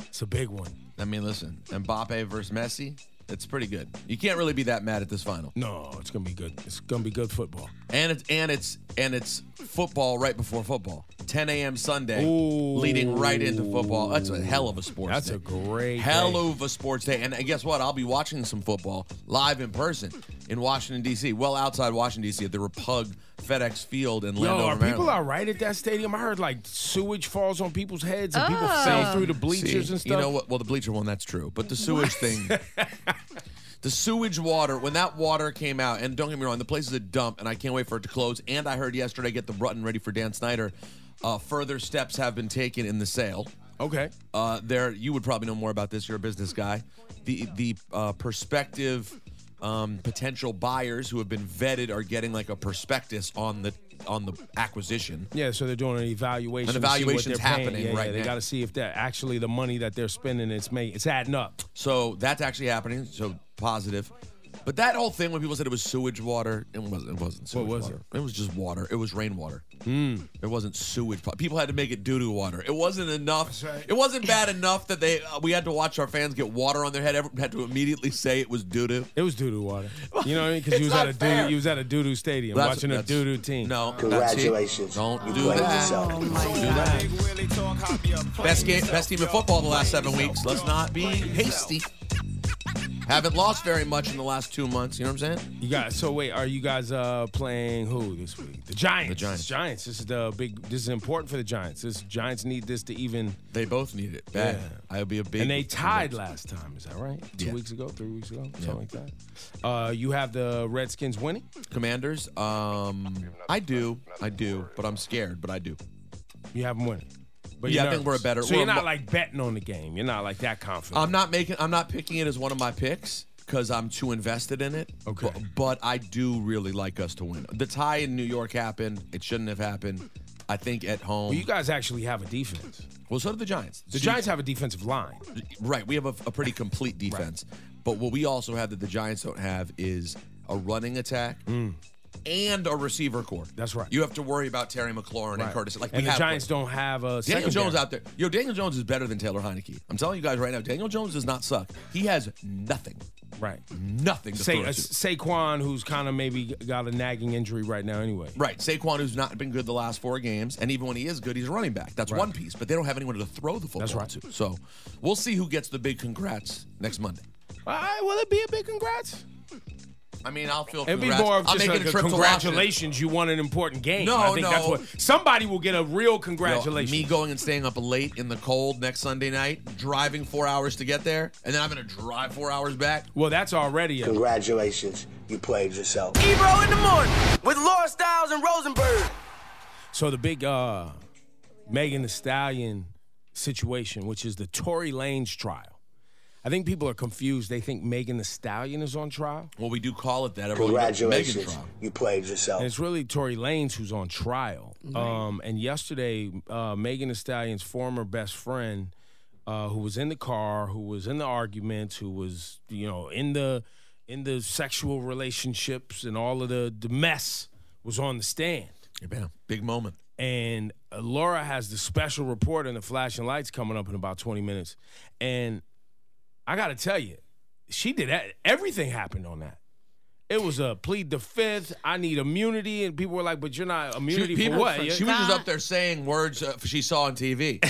Speaker 1: it's a big one.
Speaker 10: I mean, listen, Mbappe versus Messi, it's pretty good. You can't really be that mad at this final.
Speaker 1: No, it's gonna be good. It's gonna be good football.
Speaker 10: And it's and it's and it's football right before football. 10 a.m. Sunday,
Speaker 1: Ooh.
Speaker 10: leading right into football. That's a hell of a sports.
Speaker 1: That's
Speaker 10: day.
Speaker 1: a great
Speaker 10: hell
Speaker 1: day.
Speaker 10: of a sports day. And, and guess what? I'll be watching some football live in person in Washington D.C. Well, outside Washington D.C. at the Repug FedEx Field in
Speaker 1: Yo,
Speaker 10: Landover,
Speaker 1: are
Speaker 10: Maryland.
Speaker 1: people all right at that stadium? I heard like sewage falls on people's heads and people
Speaker 10: Oh.
Speaker 1: fell through the bleachers
Speaker 10: Ah. See,
Speaker 1: and stuff.
Speaker 10: You know what? Well, the bleacher one, that's true. But the sewage
Speaker 1: [LAUGHS]
Speaker 10: thing, the sewage water, when that water came out, and don't get me wrong, the place is a dump, and I can't wait for it to close. And I heard yesterday, get the button ready for Dan Snyder. Uh, further steps have been taken in the sale.
Speaker 1: Okay.
Speaker 10: Uh, there, you would probably know more about this. You're a business guy. The the uh, prospective um, potential buyers who have been vetted are getting like a prospectus on the on the acquisition.
Speaker 1: Yeah, so they're doing an evaluation.
Speaker 10: An
Speaker 1: to see what
Speaker 10: evaluation's
Speaker 1: they're paying.
Speaker 10: happening
Speaker 1: Yeah, yeah,
Speaker 10: right
Speaker 1: They
Speaker 10: now.
Speaker 1: got
Speaker 10: [LAUGHS]
Speaker 1: to see if that actually the money that they're spending it's making it's adding up.
Speaker 10: So that's actually happening. So positive. But that whole thing when people said it was sewage water, it wasn't. It wasn't sewage
Speaker 1: was Hmm.
Speaker 10: water. It? was just water. It was rainwater. It wasn't sewage. po- People had to make it doo doo water. It wasn't enough. It wasn't bad enough that they uh, we had to watch our fans get water on their head. Everyone had to immediately say it was doo doo.
Speaker 1: It was doo doo water. You know what I mean? Because
Speaker 10: It's
Speaker 1: you was at
Speaker 10: not
Speaker 1: a doo
Speaker 10: fair.
Speaker 1: you was at a doo doo stadium
Speaker 10: That's-
Speaker 1: watching a
Speaker 10: that's-
Speaker 1: doo doo team.
Speaker 10: No,
Speaker 6: Congratulations.
Speaker 10: Don't
Speaker 6: You
Speaker 10: do
Speaker 6: played
Speaker 10: that. Oh
Speaker 6: yourself.
Speaker 10: Don't do that. Best game, best team in football the last seven weeks. Let's not be hasty. Haven't lost very much in the last two months. You know what I'm saying?
Speaker 1: You guys. So wait, are you guys uh playing who this week? The Giants. The Giants. Giants. This is the big. This is important for the Giants. This Giants need this to even.
Speaker 10: They both need it. Bad. I'll be a big.
Speaker 1: And they tied last time. Is that right? Two
Speaker 10: Yeah.
Speaker 1: weeks ago, three weeks ago, something
Speaker 10: Yeah.
Speaker 1: like that. Uh, you have the Redskins winning.
Speaker 10: Commanders. Um, I do, I do, but I'm scared. But I do.
Speaker 1: You have them winning.
Speaker 10: yeah,
Speaker 1: you're
Speaker 10: I think we're a
Speaker 1: nervous.
Speaker 10: better.
Speaker 1: So
Speaker 10: we're
Speaker 1: you're
Speaker 10: a
Speaker 1: not
Speaker 10: mo-
Speaker 1: like betting on the game. You're not like that confident.
Speaker 10: I'm not making. I'm not picking it as one of my picks because I'm too invested in it. Okay. But, but I do really like us to win. The tie in New York happened. It shouldn't have happened. I think at home.
Speaker 1: Well, you guys actually have a defense.
Speaker 10: Well, so do the Giants.
Speaker 1: The Giants have a defensive line.
Speaker 10: Right. We have a, a pretty complete defense. But what we also have that the Giants don't have is a running attack
Speaker 1: Mm,
Speaker 10: and a receiver core. That's right. You have to worry about Terry McLaurin and
Speaker 1: Right.
Speaker 10: Curtis. Like
Speaker 1: and
Speaker 10: we
Speaker 1: the
Speaker 10: have
Speaker 1: Giants don't have a
Speaker 10: Daniel
Speaker 1: secondary.
Speaker 10: Jones out there. Yo, Daniel Jones is better than Taylor Heineke. I'm telling you guys right now, Daniel Jones does not suck. He has nothing.
Speaker 1: Right.
Speaker 10: Nothing to
Speaker 1: Sa-
Speaker 10: throw
Speaker 1: uh,
Speaker 10: to.
Speaker 1: Saquon, who's kind of maybe got a nagging injury right now, anyway.
Speaker 10: Right. Saquon, who's not been good the last four games, and even when he is good, he's a running back. That's
Speaker 1: Right.
Speaker 10: one piece, but they don't have anyone to throw the football
Speaker 1: That's right.
Speaker 10: to. So we'll see who gets the big congrats next Monday.
Speaker 1: All right, will it be a big congrats?
Speaker 10: I mean, I'll feel
Speaker 1: It'd be
Speaker 10: congrats.
Speaker 1: more of
Speaker 10: I'm
Speaker 1: just
Speaker 10: making
Speaker 1: like a
Speaker 10: trip to Washington.
Speaker 1: congratulations. You won an important game.
Speaker 10: No,
Speaker 1: I think that's
Speaker 10: no.
Speaker 1: what somebody will get a real
Speaker 10: Yo,
Speaker 1: congratulations.
Speaker 10: me going and staying up late in the cold next Sunday night, driving four hours to get there, and then I'm gonna drive four hours back.
Speaker 1: well, that's already a
Speaker 6: Congratulations. You played yourself.
Speaker 15: Ebro in the morning with Laura Styles and Rosenberg.
Speaker 1: So the big uh Megan the Stallion situation, which is the Tory Lane's trial. I think people are confused. They think Megan the Stallion is on trial.
Speaker 10: Well, we do call it that. Everyone- Megan
Speaker 6: Congratulations.
Speaker 10: Trump.
Speaker 6: You played
Speaker 1: And
Speaker 6: yourself.
Speaker 1: it's really Tory Lanez who's on trial. Um, and yesterday, uh, Megan Thee Stallion's former best friend, uh, who was in the car, who was in the arguments, who was you know in the in the sexual relationships and all of the, the mess, was on the stand.
Speaker 10: Bam. Big moment.
Speaker 1: and uh, Laura has the special report and the flashing lights coming up in about 20 minutes. And I got to tell you, she did that. Everything happened on that. It was a plead the fifth. I need immunity, and people were like, "But you're not immunity
Speaker 10: people-
Speaker 1: for what?"
Speaker 10: she was just
Speaker 1: [LAUGHS]
Speaker 4: Ah.
Speaker 10: up there saying words uh, she saw on
Speaker 4: [LAUGHS]
Speaker 10: TV.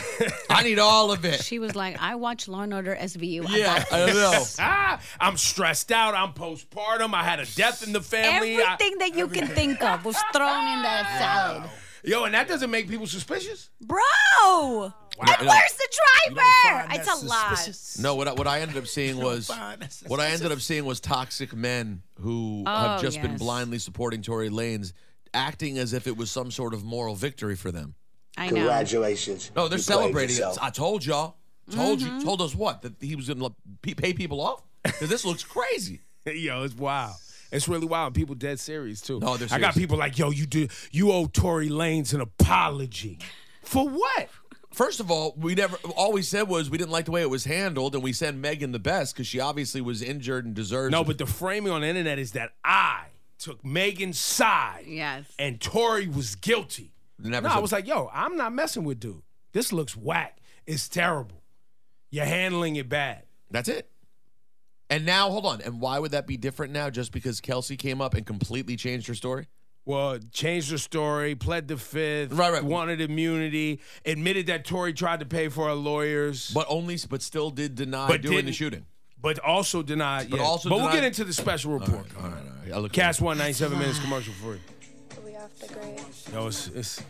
Speaker 10: I need all of it.
Speaker 4: She was like, I watch Law and Order SVU. I
Speaker 10: Yeah,
Speaker 4: got
Speaker 10: I know.
Speaker 4: this."
Speaker 1: [LAUGHS] Ah, I'm stressed out. I'm postpartum. I had a death in the family. I-
Speaker 4: Everything that you can think of was thrown in that salad.
Speaker 1: Yo, and that doesn't make people suspicious.
Speaker 4: Bro!
Speaker 10: no.
Speaker 4: And where's the driver?
Speaker 10: find
Speaker 4: It's
Speaker 10: that
Speaker 4: a lie.
Speaker 10: No, what I, what I ended up seeing was
Speaker 4: fine, that's-
Speaker 10: what I ended up seeing was toxic men who
Speaker 4: Oh,
Speaker 10: have just been
Speaker 4: yes.
Speaker 10: blindly supporting Tory Lanes, acting as if it was some sort of moral victory for them.
Speaker 4: I
Speaker 10: know.
Speaker 6: Congratulations.
Speaker 10: No, they're
Speaker 6: You played
Speaker 10: celebrating it.
Speaker 6: yourself.
Speaker 10: I told y'all, told
Speaker 4: Mm-hmm.
Speaker 10: you, told us what that he was going to pay people off. 'Cause this looks crazy.
Speaker 1: [LAUGHS] Yo, it's wild. It's really wild. People dead serious too.
Speaker 10: No, they're
Speaker 1: I got
Speaker 10: serious.
Speaker 1: people like, yo, you do you owe Tory Lanes an apology. For what?
Speaker 10: First of all, we never. All we said was we didn't like the way it was handled, and we sent Megan the best because she obviously was injured and deserves.
Speaker 1: No, but the framing on the internet is that I took Megan's side.
Speaker 4: Yes.
Speaker 1: And Tory was guilty.
Speaker 10: Never
Speaker 1: no, I
Speaker 10: said-
Speaker 1: was like, yo, I'm not messing with dude. This looks whack. It's terrible. You're handling it bad.
Speaker 10: That's it. And now, hold on. And why would that be different now? Just because Kelsey came up and completely changed her story?
Speaker 1: Well, changed her story, pled the fifth,
Speaker 10: Right, right.
Speaker 1: wanted immunity, admitted that Tory tried to pay for her lawyers,
Speaker 10: but only, but still did deny
Speaker 1: But
Speaker 10: doing the
Speaker 1: didn't-
Speaker 10: shooting.
Speaker 1: but also denied.
Speaker 10: But
Speaker 1: yeah.
Speaker 10: also
Speaker 1: but we'll
Speaker 10: denied-
Speaker 1: get into the special report.
Speaker 10: All right, all right. I look
Speaker 1: Cast one ninety seven minutes commercial free.
Speaker 16: We off the grave.
Speaker 1: Yo, it's, it's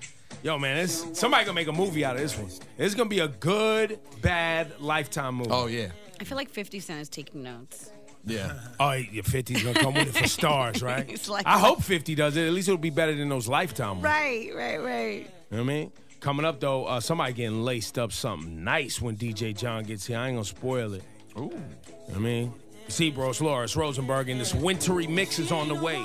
Speaker 1: yo, man, it's somebody gonna make a movie out of this one. It's gonna be a good, bad lifetime movie.
Speaker 10: Oh yeah,
Speaker 4: I feel like 50 Cent is taking notes.
Speaker 1: [LAUGHS]
Speaker 10: yeah.
Speaker 1: Oh, your 50's gonna come with it for stars, right?
Speaker 4: It's like-
Speaker 1: I hope 50 does it. At least it'll be better than those lifetime ones.
Speaker 4: Right, right, right.
Speaker 1: You know what I mean? Coming up though, uh, somebody getting laced up something nice when DJ John gets here. I ain't gonna spoil it.
Speaker 10: Ooh.
Speaker 1: I mean, see, bro, it's Loris Rosenberg, and this wintry mix is on the way.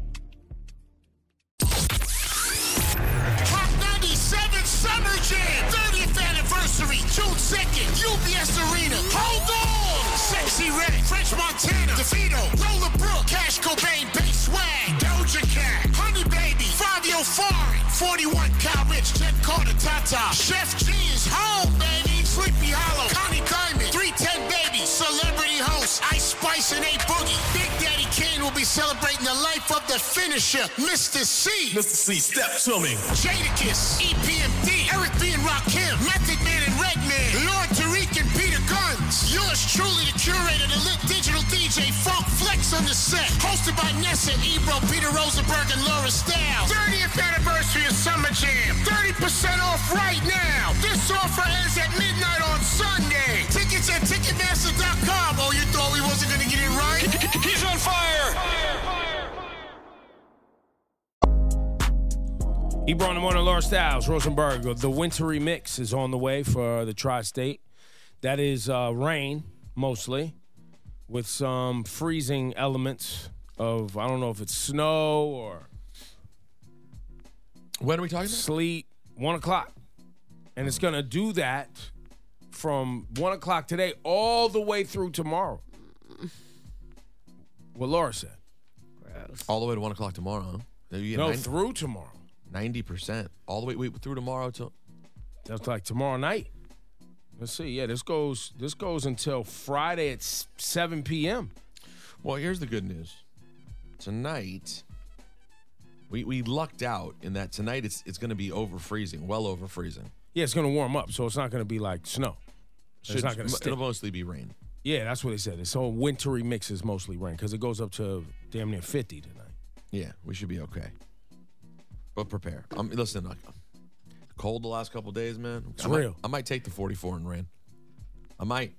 Speaker 13: Hot 97 Summer Jam, 30th anniversary, June 2nd, UBS Arena. Hold on! Sexy Red, French Montana, DeVito, Roller Brook, Cash Cobain, Bass Swag, Doja Cat, Honey Baby, Fabio Foreign, 41 Kyle Rich, Jen Carter, Tata, Chef G is home, baby, Sleepy Hollow, Connie Diamond, 310 Baby, Celebrity Host, Ice Spice and A Boogie. Big Daddy Kane will be celebrating the life of the finisher, Mr. C. E Mr. C, step to me. Jadakiss, EPMD, Eric B. and Rakim, Method Man and Redman, Lord Tariq and Peter Guns. Yours truly, the curator, the lit digital DJ Funk Flex on the set. Hosted by Nessa, Ebro, Peter Rosenberg, and Laura Stiles. 30th anniversary of Summer Jam. 30% off right now. This offer ends at midnight on Sunday. Tickets at Ticketmaster.com. Oh, you thought we wasn't going to get it right? He's on fire.
Speaker 1: Ebro in the morning, Laura Styles, Rosenberg. The wintry mix is on the way for the tri-state. That is uh, rain mostly, with some freezing elements of I don't know if it's snow or.
Speaker 10: When are we talking?
Speaker 1: Sleet, one o'clock, and it's gonna do that from one o'clock today all the way through tomorrow. What Laura said.
Speaker 10: All the way to one o'clock tomorrow. Huh? Then You
Speaker 1: No, through tomorrow.
Speaker 10: Ninety percent. All the way wait, through tomorrow till.
Speaker 1: That's like tomorrow night. Let's see. Yeah, this goes this goes until Friday at s- 7 p.m.
Speaker 10: Well, here's the good news. Tonight, we we lucked out in that tonight it's it's going to be over freezing, well over freezing.
Speaker 1: Yeah, it's gonna warm up, so it's not gonna be like snow. it's
Speaker 10: Should-
Speaker 1: not gonna stick.
Speaker 10: It'll mostly be rain.
Speaker 1: Yeah, that's what they said. This whole wintry mix is mostly rain because it goes up to damn near 50 tonight.
Speaker 10: Yeah, we should be okay. But prepare. Um, I'm listen. Like, cold the last couple days, man.
Speaker 1: It's
Speaker 10: I might,
Speaker 1: real.
Speaker 10: I might take the 44 in rain. I might.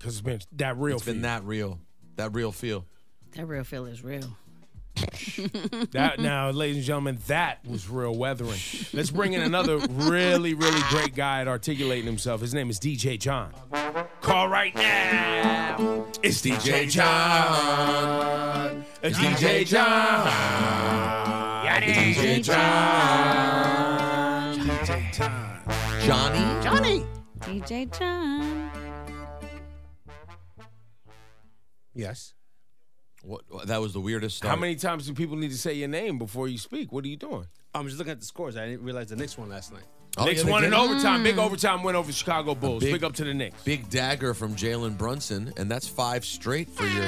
Speaker 1: Cause it's been that real.
Speaker 10: It's been that real. That real feel.
Speaker 4: That real feel is real.
Speaker 1: [LAUGHS]
Speaker 4: [LAUGHS]
Speaker 1: That now, ladies and gentlemen, that was real weathering. Let's
Speaker 10: [LAUGHS]
Speaker 1: bring in another really, really great guy at articulating himself. His name is DJ John. Call right now. It's DJ John. It's DJ John.
Speaker 10: DJ John. Johnny.
Speaker 4: Johnny. DJ John.
Speaker 10: Yes. What, what- That was the weirdest stuff.
Speaker 1: How many times do people need to say your name before you speak? What are you doing? Oh,
Speaker 17: I'm just looking at the scores. I didn't realize the Knicks won last night.
Speaker 1: Knicks won in overtime.
Speaker 17: Mm.
Speaker 1: Big overtime win over Chicago Bulls. Big, up to the Knicks.
Speaker 10: Big dagger from Jalen Brunson, and that's five straight for your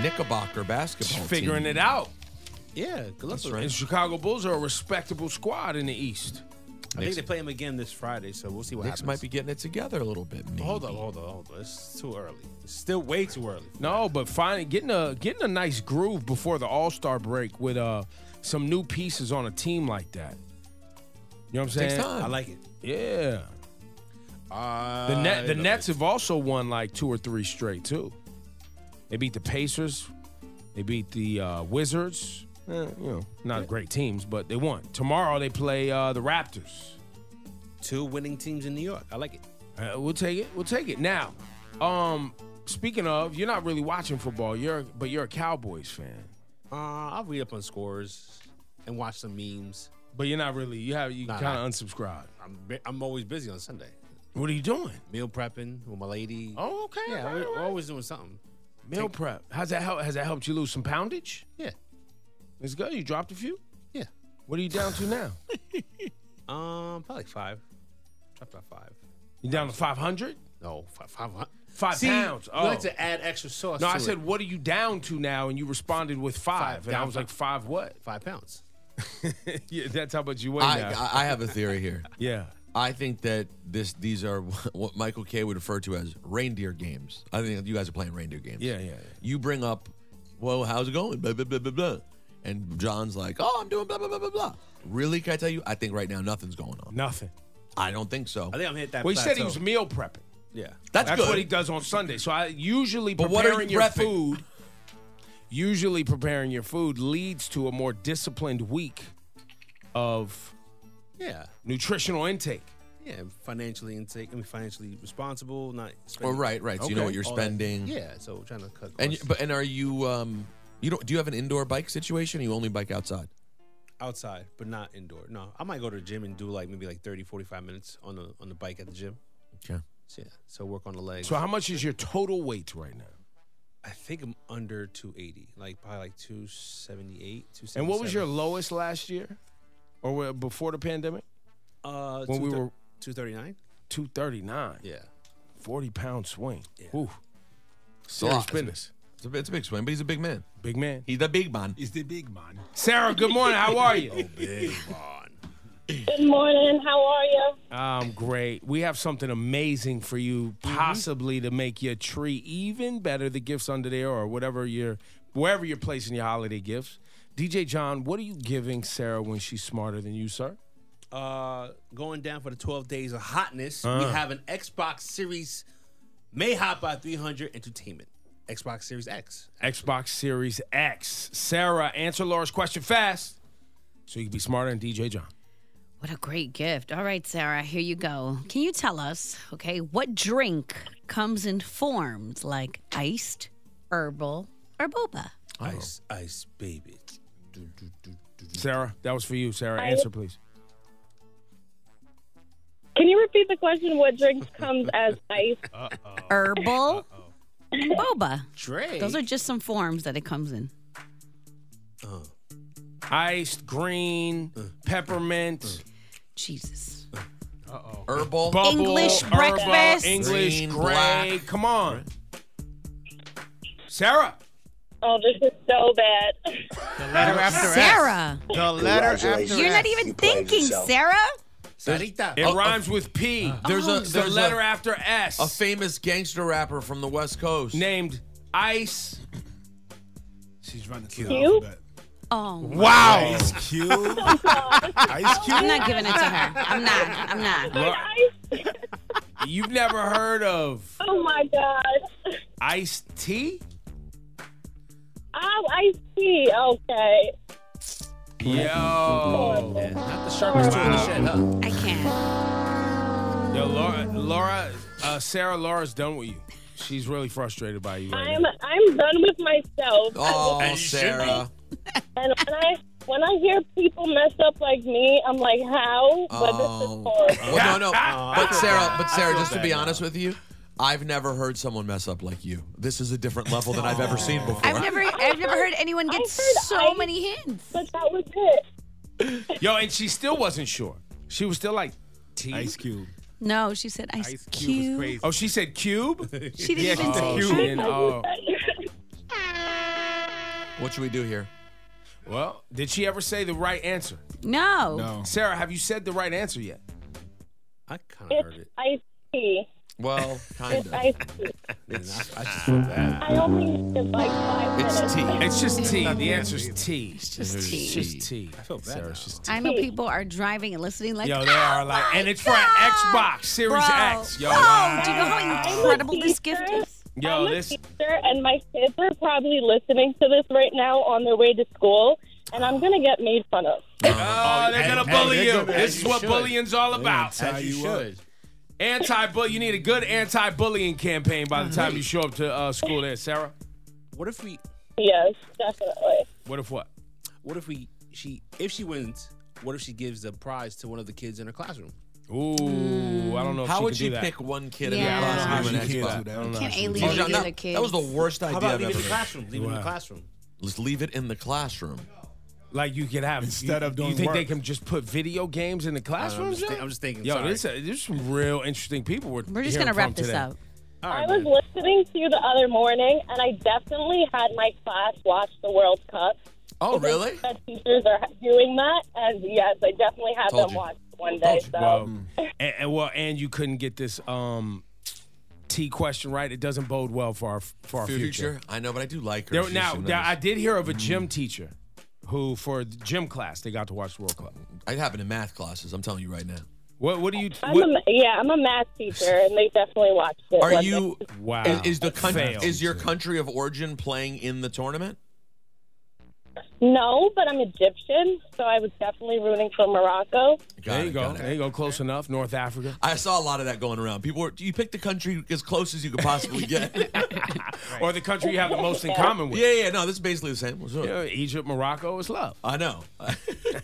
Speaker 10: Knickerbocker basketball team.
Speaker 1: figuring it out.
Speaker 17: Yeah, good luck
Speaker 1: That's
Speaker 17: with
Speaker 1: right.
Speaker 17: that.
Speaker 1: And Chicago Bulls are a respectable squad in the East.
Speaker 17: I think they play him again this Friday, so we'll see what
Speaker 1: Knicks
Speaker 17: happens.
Speaker 1: might be
Speaker 10: getting it together a little bit.
Speaker 1: Mm.
Speaker 17: Hold on, hold on, hold on. It's too early. It's still way too early.
Speaker 1: No, but finally getting a getting a nice groove before the All Star break with uh some new pieces on a team like that. You know what I'm saying?
Speaker 17: Takes time. I like it.
Speaker 1: Yeah.
Speaker 17: Ah,
Speaker 1: The net the Nets have also won like two or three straight too. They beat the Pacers. They beat the uh, Wizards. Eh, you know, not great teams, but they won. Tomorrow they play uh, the Raptors.
Speaker 17: Two winning teams in New York. I like it.
Speaker 1: Uh, we'll take it. We'll take it. Now, um, speaking of, you're not really watching football. You're but you're a Cowboys fan.
Speaker 17: Uh, I'll read up on scores and watch some memes.
Speaker 1: But you're not really. You have you
Speaker 17: Nah,
Speaker 1: kind
Speaker 17: nah.
Speaker 1: of unsubscribed.
Speaker 17: I'm bu- I'm always busy on Sunday.
Speaker 1: What are you doing?
Speaker 17: Meal prepping with my lady.
Speaker 1: Oh, okay.
Speaker 17: Yeah,
Speaker 1: all
Speaker 17: we're
Speaker 1: right, all right.
Speaker 17: always doing something.
Speaker 1: Meal prep. How's that help? Has that helped you lose some poundage?
Speaker 17: Yeah.
Speaker 1: It's good. You dropped a few.
Speaker 17: Yeah.
Speaker 1: What are you down to now?
Speaker 17: Um, probably five. Dropped about five.
Speaker 1: You down to five hundred?
Speaker 17: No, five five hun-
Speaker 1: Five
Speaker 17: See,
Speaker 1: pounds.
Speaker 17: You
Speaker 1: Oh.
Speaker 17: like to add extra sauce.
Speaker 1: no,
Speaker 17: to
Speaker 1: I said,
Speaker 17: it.
Speaker 1: what are you down to now? And you responded with five,
Speaker 17: Five,
Speaker 1: and I
Speaker 17: down
Speaker 1: was
Speaker 17: five.
Speaker 1: like, five what?
Speaker 17: five pounds.
Speaker 1: [LAUGHS] yeah, that's how much you weigh
Speaker 10: I,
Speaker 1: now.
Speaker 10: I- I have a theory here.
Speaker 1: [LAUGHS] yeah.
Speaker 10: I think that this these are [LAUGHS] what Michael K would refer to as reindeer games. I think you guys are playing reindeer games.
Speaker 1: Yeah, yeah, yeah.
Speaker 10: You bring up, well, how's it going? Blah, blah, blah, blah, blah. And John's like, oh, I'm doing blah, blah, blah, blah, blah. Really? Can I tell you? I think right now nothing's going on.
Speaker 1: Nothing.
Speaker 10: I don't think so. I
Speaker 17: think I'm hit that.
Speaker 1: Well, he said he was meal prepping.
Speaker 17: Yeah.
Speaker 10: That's, good.
Speaker 1: what he does on Sunday. So I usually
Speaker 10: But
Speaker 1: preparing
Speaker 10: what are you
Speaker 1: your
Speaker 10: prepping?
Speaker 1: food. Usually preparing your food leads to a more disciplined week of
Speaker 17: Yeah.
Speaker 1: nutritional intake.
Speaker 17: Yeah, financially intake. I mean, financially responsible, not.
Speaker 10: Well, right, right. So you know what you're
Speaker 17: all that.
Speaker 10: spending.
Speaker 17: Yeah, so trying to cut.
Speaker 10: And
Speaker 17: Costs.
Speaker 10: but and are you um you don't do you have an indoor bike situation? Or you only bike outside.
Speaker 17: outside, but not indoor. No, I might go to the gym and do like maybe like 30, 45 minutes on the on the bike at the gym.
Speaker 10: Okay.
Speaker 17: So, yeah, so work on the legs.
Speaker 1: So how much is your total weight right now?
Speaker 17: I think I'm under two eighty, like probably like two seventy eight, two seventy.
Speaker 1: And what was your lowest last year, or were- before the pandemic?
Speaker 17: uh,
Speaker 1: when we were
Speaker 17: two thirty nine?
Speaker 1: two thirty nine?
Speaker 17: Yeah,
Speaker 1: forty pound swing. Ooh,
Speaker 10: It's a lot.
Speaker 1: serious business.
Speaker 10: It's a, it's a big swing, but he's a big man.
Speaker 1: Big man.
Speaker 10: He's the big man.
Speaker 8: He's the big man.
Speaker 1: Sarah, good morning. How are you?
Speaker 7: [LAUGHS] Good morning. How are you?
Speaker 1: I'm great. We have something amazing for you,
Speaker 7: Mm-hmm.
Speaker 1: possibly to make your tree even better. The gifts under there, or whatever you're, wherever you're placing your holiday gifts. DJ John, what are you giving Sarah when she's smarter than you, sir?
Speaker 17: uh, going down for the twelve days of hotness. We
Speaker 1: Uh.
Speaker 17: have an Xbox Series Mayhop by three hundred Entertainment, Xbox Series X.
Speaker 1: Xbox Series X. Sarah, answer Laura's question fast, so you can be smarter than DJ John.
Speaker 4: What a great gift. All right, Sarah, here you go. Can you tell us, okay, what drink comes in forms like iced, herbal, or boba?
Speaker 17: Ice, ice, baby.
Speaker 1: Sarah, that was for you. Sarah, answer please.
Speaker 7: Can you repeat the question? What drink comes as ice?
Speaker 14: Uh.
Speaker 7: Oh.
Speaker 4: Herbal, and boba.
Speaker 17: Drake.
Speaker 4: Those are just some forms that it comes in.
Speaker 1: Iced green, peppermint.
Speaker 4: Jesus.
Speaker 1: Uh-oh.
Speaker 10: Herbal.
Speaker 1: Bubble,
Speaker 4: English
Speaker 1: herbal,
Speaker 4: breakfast.
Speaker 1: English
Speaker 10: Green,
Speaker 1: gray.
Speaker 10: black.
Speaker 1: Come on. Sarah.
Speaker 7: Oh, this is so bad.
Speaker 14: The letter after S.
Speaker 4: Sarah.
Speaker 14: The letter after
Speaker 4: You're not
Speaker 14: S.
Speaker 4: even thinking, Sarah.
Speaker 17: Sarita.
Speaker 1: It
Speaker 10: Oh, oh.
Speaker 1: rhymes with P.
Speaker 10: There's a
Speaker 1: There's a
Speaker 10: Oh, there's
Speaker 1: letter
Speaker 10: a,
Speaker 1: after S
Speaker 10: a famous gangster rapper from the West Coast.
Speaker 1: named Ice.
Speaker 8: She's running to
Speaker 7: Cute.
Speaker 8: the alphabet.
Speaker 4: Oh,
Speaker 1: Wow.
Speaker 8: Ice
Speaker 14: [LAUGHS]
Speaker 8: Cube. Ice Cube.
Speaker 4: I'm not giving it to her. I'm not. I'm not.
Speaker 1: Laura, You've never heard of
Speaker 7: Oh my god.
Speaker 1: iced tea?
Speaker 7: Oh, I see. Okay.
Speaker 1: Yo.
Speaker 17: Yeah, not the sharpest tool in the shed, huh?
Speaker 4: I can't.
Speaker 1: Yo, Laura, Laura, Uh, Sarah Laura's done with you. She's really frustrated by you. Right
Speaker 7: I'm I'm done with myself.
Speaker 10: Oh,
Speaker 7: I-
Speaker 1: now. And you should be.
Speaker 7: And when I when I hear people mess up like me, I'm like, how? But this is horrible.
Speaker 10: Well, [LAUGHS] no, no. But Sarah, but Sarah, just to be honest with you, I've never heard someone mess up like you. This is a different level than I've ever seen before.
Speaker 4: I've never, I've never heard anyone get so many hints.
Speaker 7: But that was it.
Speaker 1: Yo, and she still wasn't sure. She was still like, T? Ice Cube.
Speaker 4: No, she said ice, cube.
Speaker 1: Oh, she said [LAUGHS] Cube?
Speaker 4: She didn't
Speaker 1: yeah,
Speaker 4: even say
Speaker 1: she said
Speaker 4: Cube.
Speaker 1: Cube. And, uh,
Speaker 10: what should we do here?
Speaker 1: Well, did she ever say the right answer?
Speaker 4: No.
Speaker 1: Sarah, have you said the right answer yet?
Speaker 17: I kind
Speaker 7: It's ice tea.
Speaker 1: [LAUGHS]
Speaker 10: Well,
Speaker 7: It's ice tea.
Speaker 1: It's, I just
Speaker 7: I only live like five minutes.
Speaker 1: T. It's just T. The answer's T. It's
Speaker 4: just
Speaker 1: It's
Speaker 4: tea.
Speaker 1: just T. I feel bad. Sarah, it's just
Speaker 4: I know people are driving and listening like,
Speaker 1: Yo, they are like, and it's for an Xbox Series
Speaker 4: Bro.
Speaker 1: X. Yo,
Speaker 4: Whoa,
Speaker 1: wow.
Speaker 4: do you know how incredible this gift is?
Speaker 1: Yo, Oh, this.
Speaker 7: Teacher and my kids are probably listening to this right now on their way to school, and I'm gonna get made fun of.
Speaker 1: Oh, they're gonna bully
Speaker 17: they're
Speaker 1: you.
Speaker 17: gonna- as
Speaker 1: this is
Speaker 17: you
Speaker 1: what
Speaker 17: should.
Speaker 1: bullying's all
Speaker 17: Yeah,
Speaker 1: about.
Speaker 17: that's how As you you should.
Speaker 1: Anti-bully. You need a good anti-bullying campaign by the time you show up to uh, school. There, Sarah.
Speaker 17: What if we?
Speaker 7: Yes, definitely.
Speaker 1: What if what?
Speaker 17: What if we? She if she wins, what if she gives the prize to one of the kids in her classroom?
Speaker 1: Ooh, I don't know.
Speaker 10: How would you pick one kid in
Speaker 17: Yeah.
Speaker 10: the class?
Speaker 17: I don't
Speaker 10: and
Speaker 17: know how
Speaker 10: give
Speaker 17: she
Speaker 10: him an
Speaker 17: can
Speaker 10: Xbox?
Speaker 17: do that. I don't know
Speaker 4: Can't
Speaker 17: how she can
Speaker 4: alienate
Speaker 10: John,
Speaker 4: the
Speaker 10: that-
Speaker 4: other
Speaker 10: That was the
Speaker 4: kids.
Speaker 10: worst
Speaker 17: How
Speaker 10: idea
Speaker 17: about leave
Speaker 10: I've
Speaker 17: it in
Speaker 10: ever
Speaker 17: the
Speaker 10: heard.
Speaker 17: classroom? Leave it in the classroom.
Speaker 10: Let's leave it in the classroom.
Speaker 1: Like you could have
Speaker 10: Instead
Speaker 1: you,
Speaker 10: of doing
Speaker 1: You think they
Speaker 10: work.
Speaker 1: can just put video games in the classroom?
Speaker 17: just think- I'm just thinking,
Speaker 1: Yo,
Speaker 17: sorry.
Speaker 1: this, uh, there's some real interesting people. We're,
Speaker 7: We're just
Speaker 1: hearing
Speaker 7: gonna wrap
Speaker 1: from
Speaker 7: this
Speaker 1: today.
Speaker 7: up.
Speaker 1: All right,
Speaker 7: I was listening to you the other morning, and I definitely had my class watch the World Cup.
Speaker 10: Oh,
Speaker 7: Because
Speaker 10: really?
Speaker 7: the Teachers are doing that, and yes, I definitely had
Speaker 1: Told
Speaker 7: them
Speaker 1: you.
Speaker 7: watch one day. So.
Speaker 1: Well, Mm. and, and well, and you couldn't get this um, T question right. It doesn't bode well for our for our future.
Speaker 10: I know, but I do like her.
Speaker 1: There,
Speaker 10: She's
Speaker 1: now,
Speaker 10: so
Speaker 1: now,
Speaker 10: nice. Mm-hmm.
Speaker 1: I did hear of a gym teacher who, for the gym class, they got to watch the World Cup.
Speaker 10: It happened in math classes. I'm telling you right now.
Speaker 1: What What do you?
Speaker 7: I'm
Speaker 1: what-
Speaker 7: a, ma- yeah, I'm a math teacher, and they definitely watched it.
Speaker 10: Are
Speaker 7: one day.
Speaker 10: you?
Speaker 1: Wow.
Speaker 10: Is, is the country?
Speaker 1: Fail.
Speaker 10: Is your country of origin playing in the tournament?
Speaker 7: No, but I'm Egyptian, so I was definitely rooting for Morocco.
Speaker 1: there you go. There you go. Close enough. North Africa.
Speaker 10: I saw a lot of that going around. People were. You pick the country as close as you could possibly
Speaker 1: [LAUGHS]
Speaker 10: get,
Speaker 1: or the country you have the most in common with.
Speaker 10: Yeah, yeah. No, this is basically the same. Sure.
Speaker 1: Yeah, Egypt, Morocco is love.
Speaker 10: I know.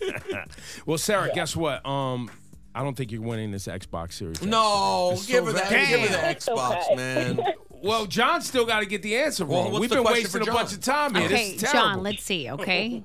Speaker 1: [LAUGHS] well, Sarah, guess what? Um, I don't think you're winning this Xbox Series.
Speaker 10: No,
Speaker 1: It's
Speaker 10: give
Speaker 1: so
Speaker 10: her that.
Speaker 1: bad.
Speaker 10: Give her
Speaker 1: Damn.
Speaker 10: the Xbox, man.
Speaker 1: [LAUGHS] Well, John's still got to get the answer
Speaker 10: Well,
Speaker 1: wrong.
Speaker 10: what's
Speaker 1: We've
Speaker 10: the
Speaker 1: been
Speaker 10: question
Speaker 1: wasting a
Speaker 10: for
Speaker 1: bunch
Speaker 10: John?
Speaker 1: of time here.
Speaker 4: Okay,
Speaker 1: this is terrible.
Speaker 4: John, let's
Speaker 1: [LAUGHS]
Speaker 4: see, okay?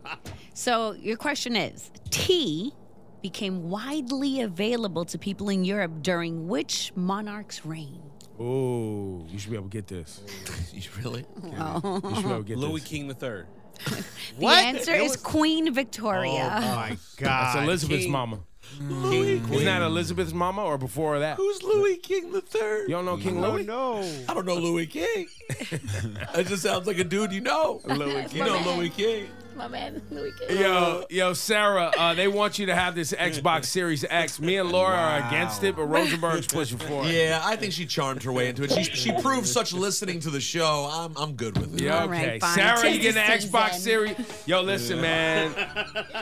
Speaker 4: so your question is tea became widely available to people in Europe during which monarch's reign?
Speaker 1: Ooh, you should be able to get this.
Speaker 10: [LAUGHS] you really?
Speaker 4: Oh.
Speaker 1: You should be able to get
Speaker 17: Louis
Speaker 1: this.
Speaker 17: King III.
Speaker 4: [LAUGHS] The answer
Speaker 17: It
Speaker 4: is Queen
Speaker 1: Oh,
Speaker 4: Victoria.
Speaker 1: That's Elizabeth's
Speaker 17: King.
Speaker 1: mama.
Speaker 17: King,
Speaker 1: Isn't that Elizabeth's mama or before that?
Speaker 10: Who's Louis King the Third?
Speaker 1: You don't know King Louis?
Speaker 10: No, I don't know Louis
Speaker 1: [LAUGHS]
Speaker 10: King. that just sounds like a dude you know.
Speaker 1: Louis King.
Speaker 10: You know Louis King.
Speaker 4: My man, Louis King.
Speaker 1: Yo, yo, Sarah, uh, they want you to have this Xbox Series X. Me and Laura are against it,
Speaker 10: [LAUGHS]
Speaker 1: but Rosenberg's pushing for it.
Speaker 10: Yeah, I think she charmed her way into it. She, she proved such listening to the show. I'm, I'm good with it.
Speaker 1: Yeah, okay. Sarah, you getting an Xbox Series? Yo, listen, man.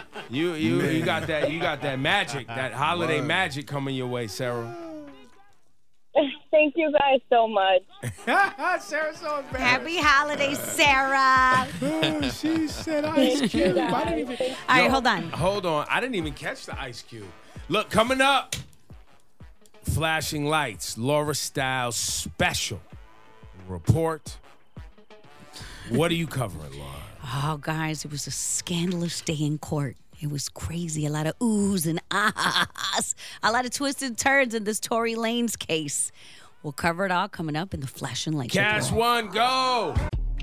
Speaker 1: [LAUGHS] You you you got that you got [LAUGHS] that magic, that holiday
Speaker 10: Word.
Speaker 1: magic coming your way, Sarah.
Speaker 7: [LAUGHS] Thank you guys so much.
Speaker 4: [LAUGHS]
Speaker 1: [LAUGHS] Sarah's so embarrassed.
Speaker 4: Happy holidays,
Speaker 1: [LAUGHS]
Speaker 4: Sarah.
Speaker 1: she said
Speaker 4: [LAUGHS] Ice Cube. I
Speaker 1: didn't even. All
Speaker 4: right, hold on.
Speaker 1: Hold on. I didn't even catch the ice cube. Look, coming up. Flashing lights, Laura Styles special report. What are you covering, Laura?
Speaker 4: Oh, guys, it was a scandalous day in court. It was crazy. A lot of oohs and [LAUGHS] ahs, a lot of twists and turns in this Tory Lanes case. We'll cover it all coming up in the flashing lights.
Speaker 1: Cash one, go.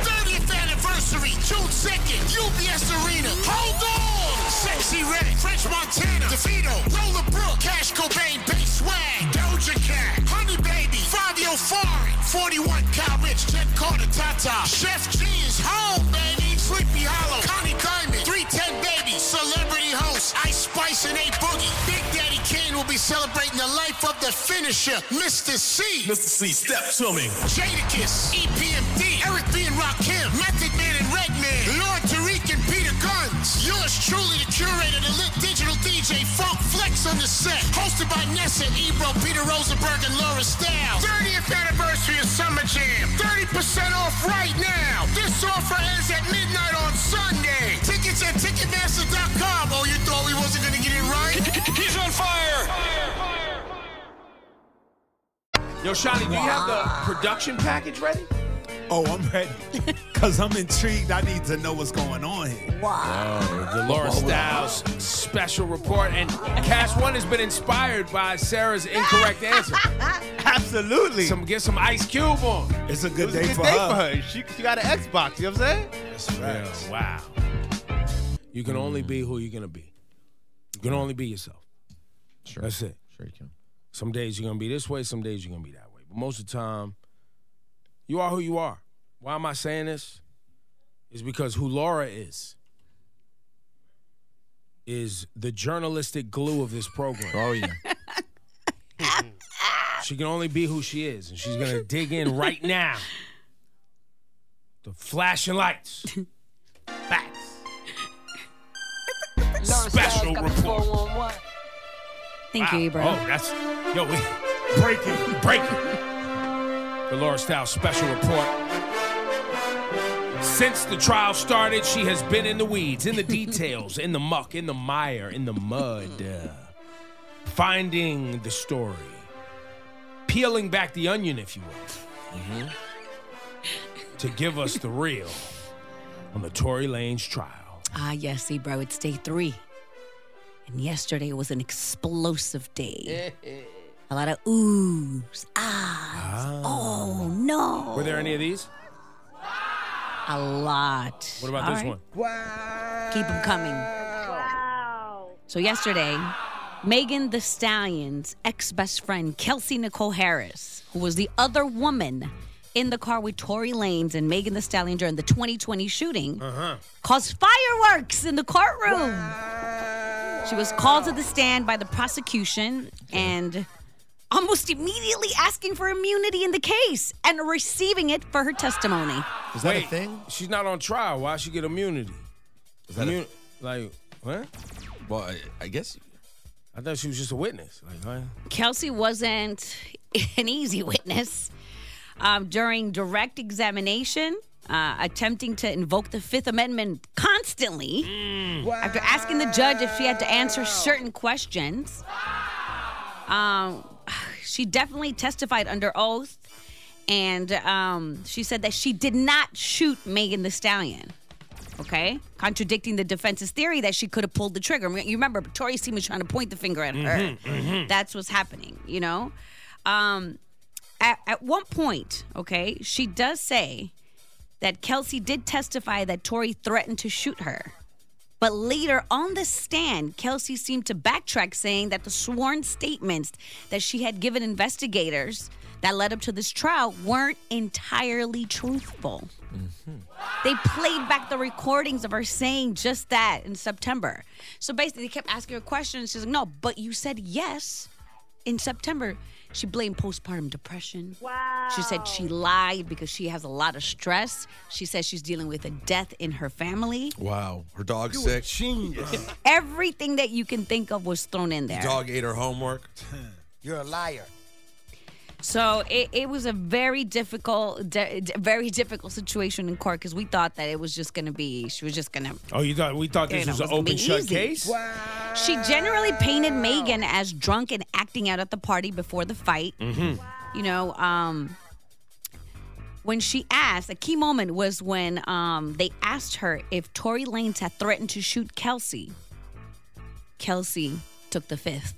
Speaker 13: 30th anniversary, June 2nd, UBS Arena. Hold on! Sexy Red, French Montana, DeVito, Lola Brooke, Cash Cobain, Bass Swag, Doja Cat, Honey Baby, Fabio Fari, 41, Kyle Rich, Ted Carter, Tata. Chef G is home, baby. Sleepy Hollow, Connie Diamond, 310 Baby, Celebrity Host, Ice Spice and A Boogie. Big Daddy Kane will be celebrating the life of the finisher, Mr. C. E Mr. C, step to me. Jadakiss, EPMD, Eric B. and Rakim, Method Man and Redman, Lord Tariq and Peter Guns. Yours truly, the curator, the lit digital DJ Funk Flex on the set. Hosted by Nessa, Ebro, Peter Rosenberg, and Laura Stiles. 30th anniversary of Summer Jam. 30% off right now. This offer ends at midnight on Sunday. Tickets at Ticketmaster.com. Oh, you thought we wasn't going to get it right? He's on fire.
Speaker 1: Yo, Shani, do you have the production package ready?
Speaker 8: Oh, I'm
Speaker 10: [LAUGHS]
Speaker 8: ready. Because I'm intrigued. I need to know what's going on here.
Speaker 1: Wow. The Laura Styles special report. And Cash One has been inspired by Sarah's incorrect answer.
Speaker 8: [LAUGHS]
Speaker 18: Absolutely.
Speaker 1: Some Get some Ice Cube on.
Speaker 8: It's a
Speaker 18: It was
Speaker 8: good
Speaker 18: a
Speaker 8: day
Speaker 18: good
Speaker 8: for
Speaker 18: day
Speaker 8: her.
Speaker 18: for her. She, she got an Xbox. You know what I'm saying?
Speaker 1: Yeah, wow. You can only be who you're going to be. You can only be yourself. Sure. That's it.
Speaker 10: Sure you can.
Speaker 1: Some days you're going to be this way, some days you're going to be that way. But most of the time, you are who you are. Why am I saying this? Is because who Laura is is the journalistic glue of this program. Oh yeah. [LAUGHS] she can only be who she is, and
Speaker 4: [LAUGHS]
Speaker 1: she's gonna dig in right now. The flashing lights. Facts. Special report.
Speaker 4: [LAUGHS] Thank you, Ebro.
Speaker 1: Oh, that's yo, we breaking, breaking. The Laura Styles special report. Since the trial started, she has been in the weeds, in the details, in the muck, in the mire, in the mud, uh, finding the story, peeling back the onion, if you will, to give us the real on the Tory Lane's trial.
Speaker 4: Ah, yes, Ebro. It's day three. And yesterday was an explosive
Speaker 1: [LAUGHS]
Speaker 4: day. A lot of oohs, ahs. Oh, no.
Speaker 1: Ah. Were there any of these?
Speaker 4: A lot.
Speaker 1: What about
Speaker 4: All
Speaker 1: this
Speaker 4: right.
Speaker 1: one?
Speaker 4: Keep them coming. So yesterday, Megan the Stallion's ex-best friend Kelsey Nicole Harris, who was the other woman in the car with Tory Lanez and Megan the Stallion during the 2020 shooting,
Speaker 1: Uh-huh.
Speaker 4: caused fireworks in the courtroom. She was called to the stand by the prosecution and almost immediately asking for immunity in the case and receiving it for her testimony.
Speaker 1: Is that a thing? She's not on trial. Why she get immunity? Is that like what?
Speaker 10: Well, I, I guess.
Speaker 1: I thought she was just a witness. Like, huh?
Speaker 4: Kelsey wasn't [LAUGHS] an easy witness. Um, during direct examination, uh, attempting to invoke the Fifth Amendment constantly, after asking the judge if she had to answer certain questions, um, she definitely testified under oath, and um, she said that she did not shoot Megan the Stallion. Okay, contradicting the defense's theory that she could have pulled the trigger. You remember, Tori Seaman trying to point the finger at her.
Speaker 19: Mhm, mhm.
Speaker 4: That's what's happening, you know? Um, at, at one point, okay, she does say that Kelsey did testify that Tori threatened to shoot her. But later on the stand, Kelsey seemed to backtrack, saying that the sworn statements that she had given investigators that led up to this trial weren't entirely truthful. They played back the recordings of her saying just that in September. So basically, they kept asking her questions. She's like, no, but you said yes in September. She blamed postpartum depression. Wow. She said she lied because she has a lot of stress. She says she's dealing with a death in her family.
Speaker 10: Wow. Her dog's sick.
Speaker 1: Genius.
Speaker 4: Everything that you can think of was thrown in there.
Speaker 10: Dog ate her homework.
Speaker 4: You're a liar. So it, it was a very difficult, de- de- very difficult situation in court because we thought that it was just going to be, she was just going to
Speaker 1: Oh, you thought we thought this
Speaker 4: Yeah,
Speaker 1: was
Speaker 4: no,
Speaker 1: an
Speaker 4: it was gonna be
Speaker 1: open shut
Speaker 4: easy.
Speaker 1: case?
Speaker 4: She generally painted Megan as drunk and acting out at the party before the fight.
Speaker 1: Mm-hmm.
Speaker 4: You know, um, when she asked, a key moment was when um, they asked her if Tory Lanez had threatened to shoot Kelsey. Kelsey took the fifth.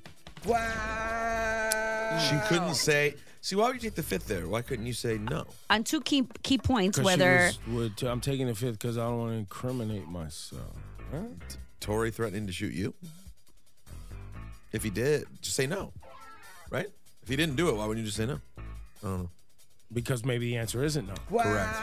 Speaker 10: She couldn't say. See, why would you take the fifth there? Why couldn't you say no?
Speaker 4: On two key key points,
Speaker 1: 'Cause she
Speaker 4: whether
Speaker 1: was- would- t- I'm taking the fifth because I don't want to incriminate myself. Huh?
Speaker 10: Tori threatening to shoot you? If he did, just say no. Right? If he didn't do it, why wouldn't you just say no? I don't know.
Speaker 1: Because maybe the answer isn't no. Correct.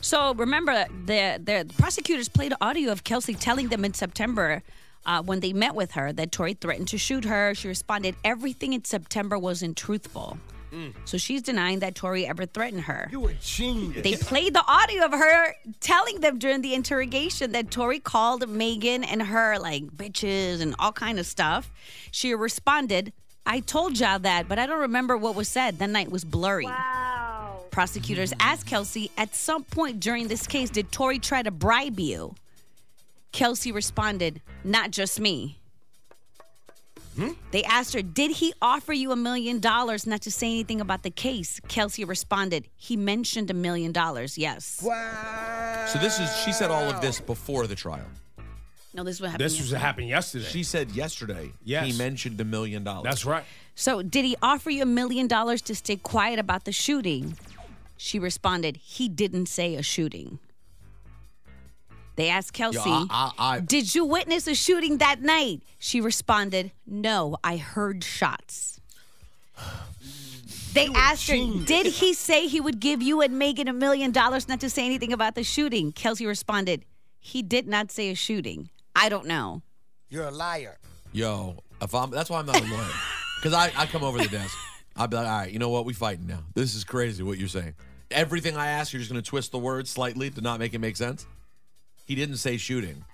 Speaker 4: So remember, the, the prosecutors played audio of Kelsey telling them in September uh, when they met with her that Tori threatened to shoot her. She responded, everything in September wasn't truthful.
Speaker 1: Mm.
Speaker 4: So she's denying that Tori ever threatened her.
Speaker 8: You a genius.
Speaker 4: They played the audio of her telling them during the interrogation that Tori called Megan and her like bitches and all kind of stuff. She responded, "I told y'all that, but I don't remember what was said. That night was blurry." Wow. Prosecutors asked Kelsey, "At some point during this case, did Tori try to bribe you?" Kelsey responded, "Not just me." They asked her, Did he offer you a million dollars not to say anything about the case? Kelsey responded, He mentioned a million dollars, yes.
Speaker 10: So this is she said all of this before the trial.
Speaker 4: No, this is what happened. yesterday.
Speaker 1: happened yesterday.
Speaker 10: She said yesterday.
Speaker 1: Yes.
Speaker 10: He mentioned a million dollars.
Speaker 1: That's right.
Speaker 4: So, did he offer you a million dollars to stay quiet about the shooting? She responded, He didn't say a shooting. They asked Kelsey,
Speaker 10: I- I- I-
Speaker 4: Did you witness a shooting that night? She responded, No, I heard
Speaker 10: [SIGHS]
Speaker 4: shots. They asked her, Did he say he would give you and Megan a million dollars not to say anything about the shooting? Kelsey responded, He did not say a shooting. I don't know.
Speaker 10: You're a liar. Yo, if I'm that's why I'm not a
Speaker 4: [LAUGHS]
Speaker 10: lawyer. Cause I, I come over the desk. I'd be like, all right, you know what? We fighting now. This is crazy what you're saying. Everything I ask, you're just gonna twist the word slightly to not make it make sense. He didn't say shooting.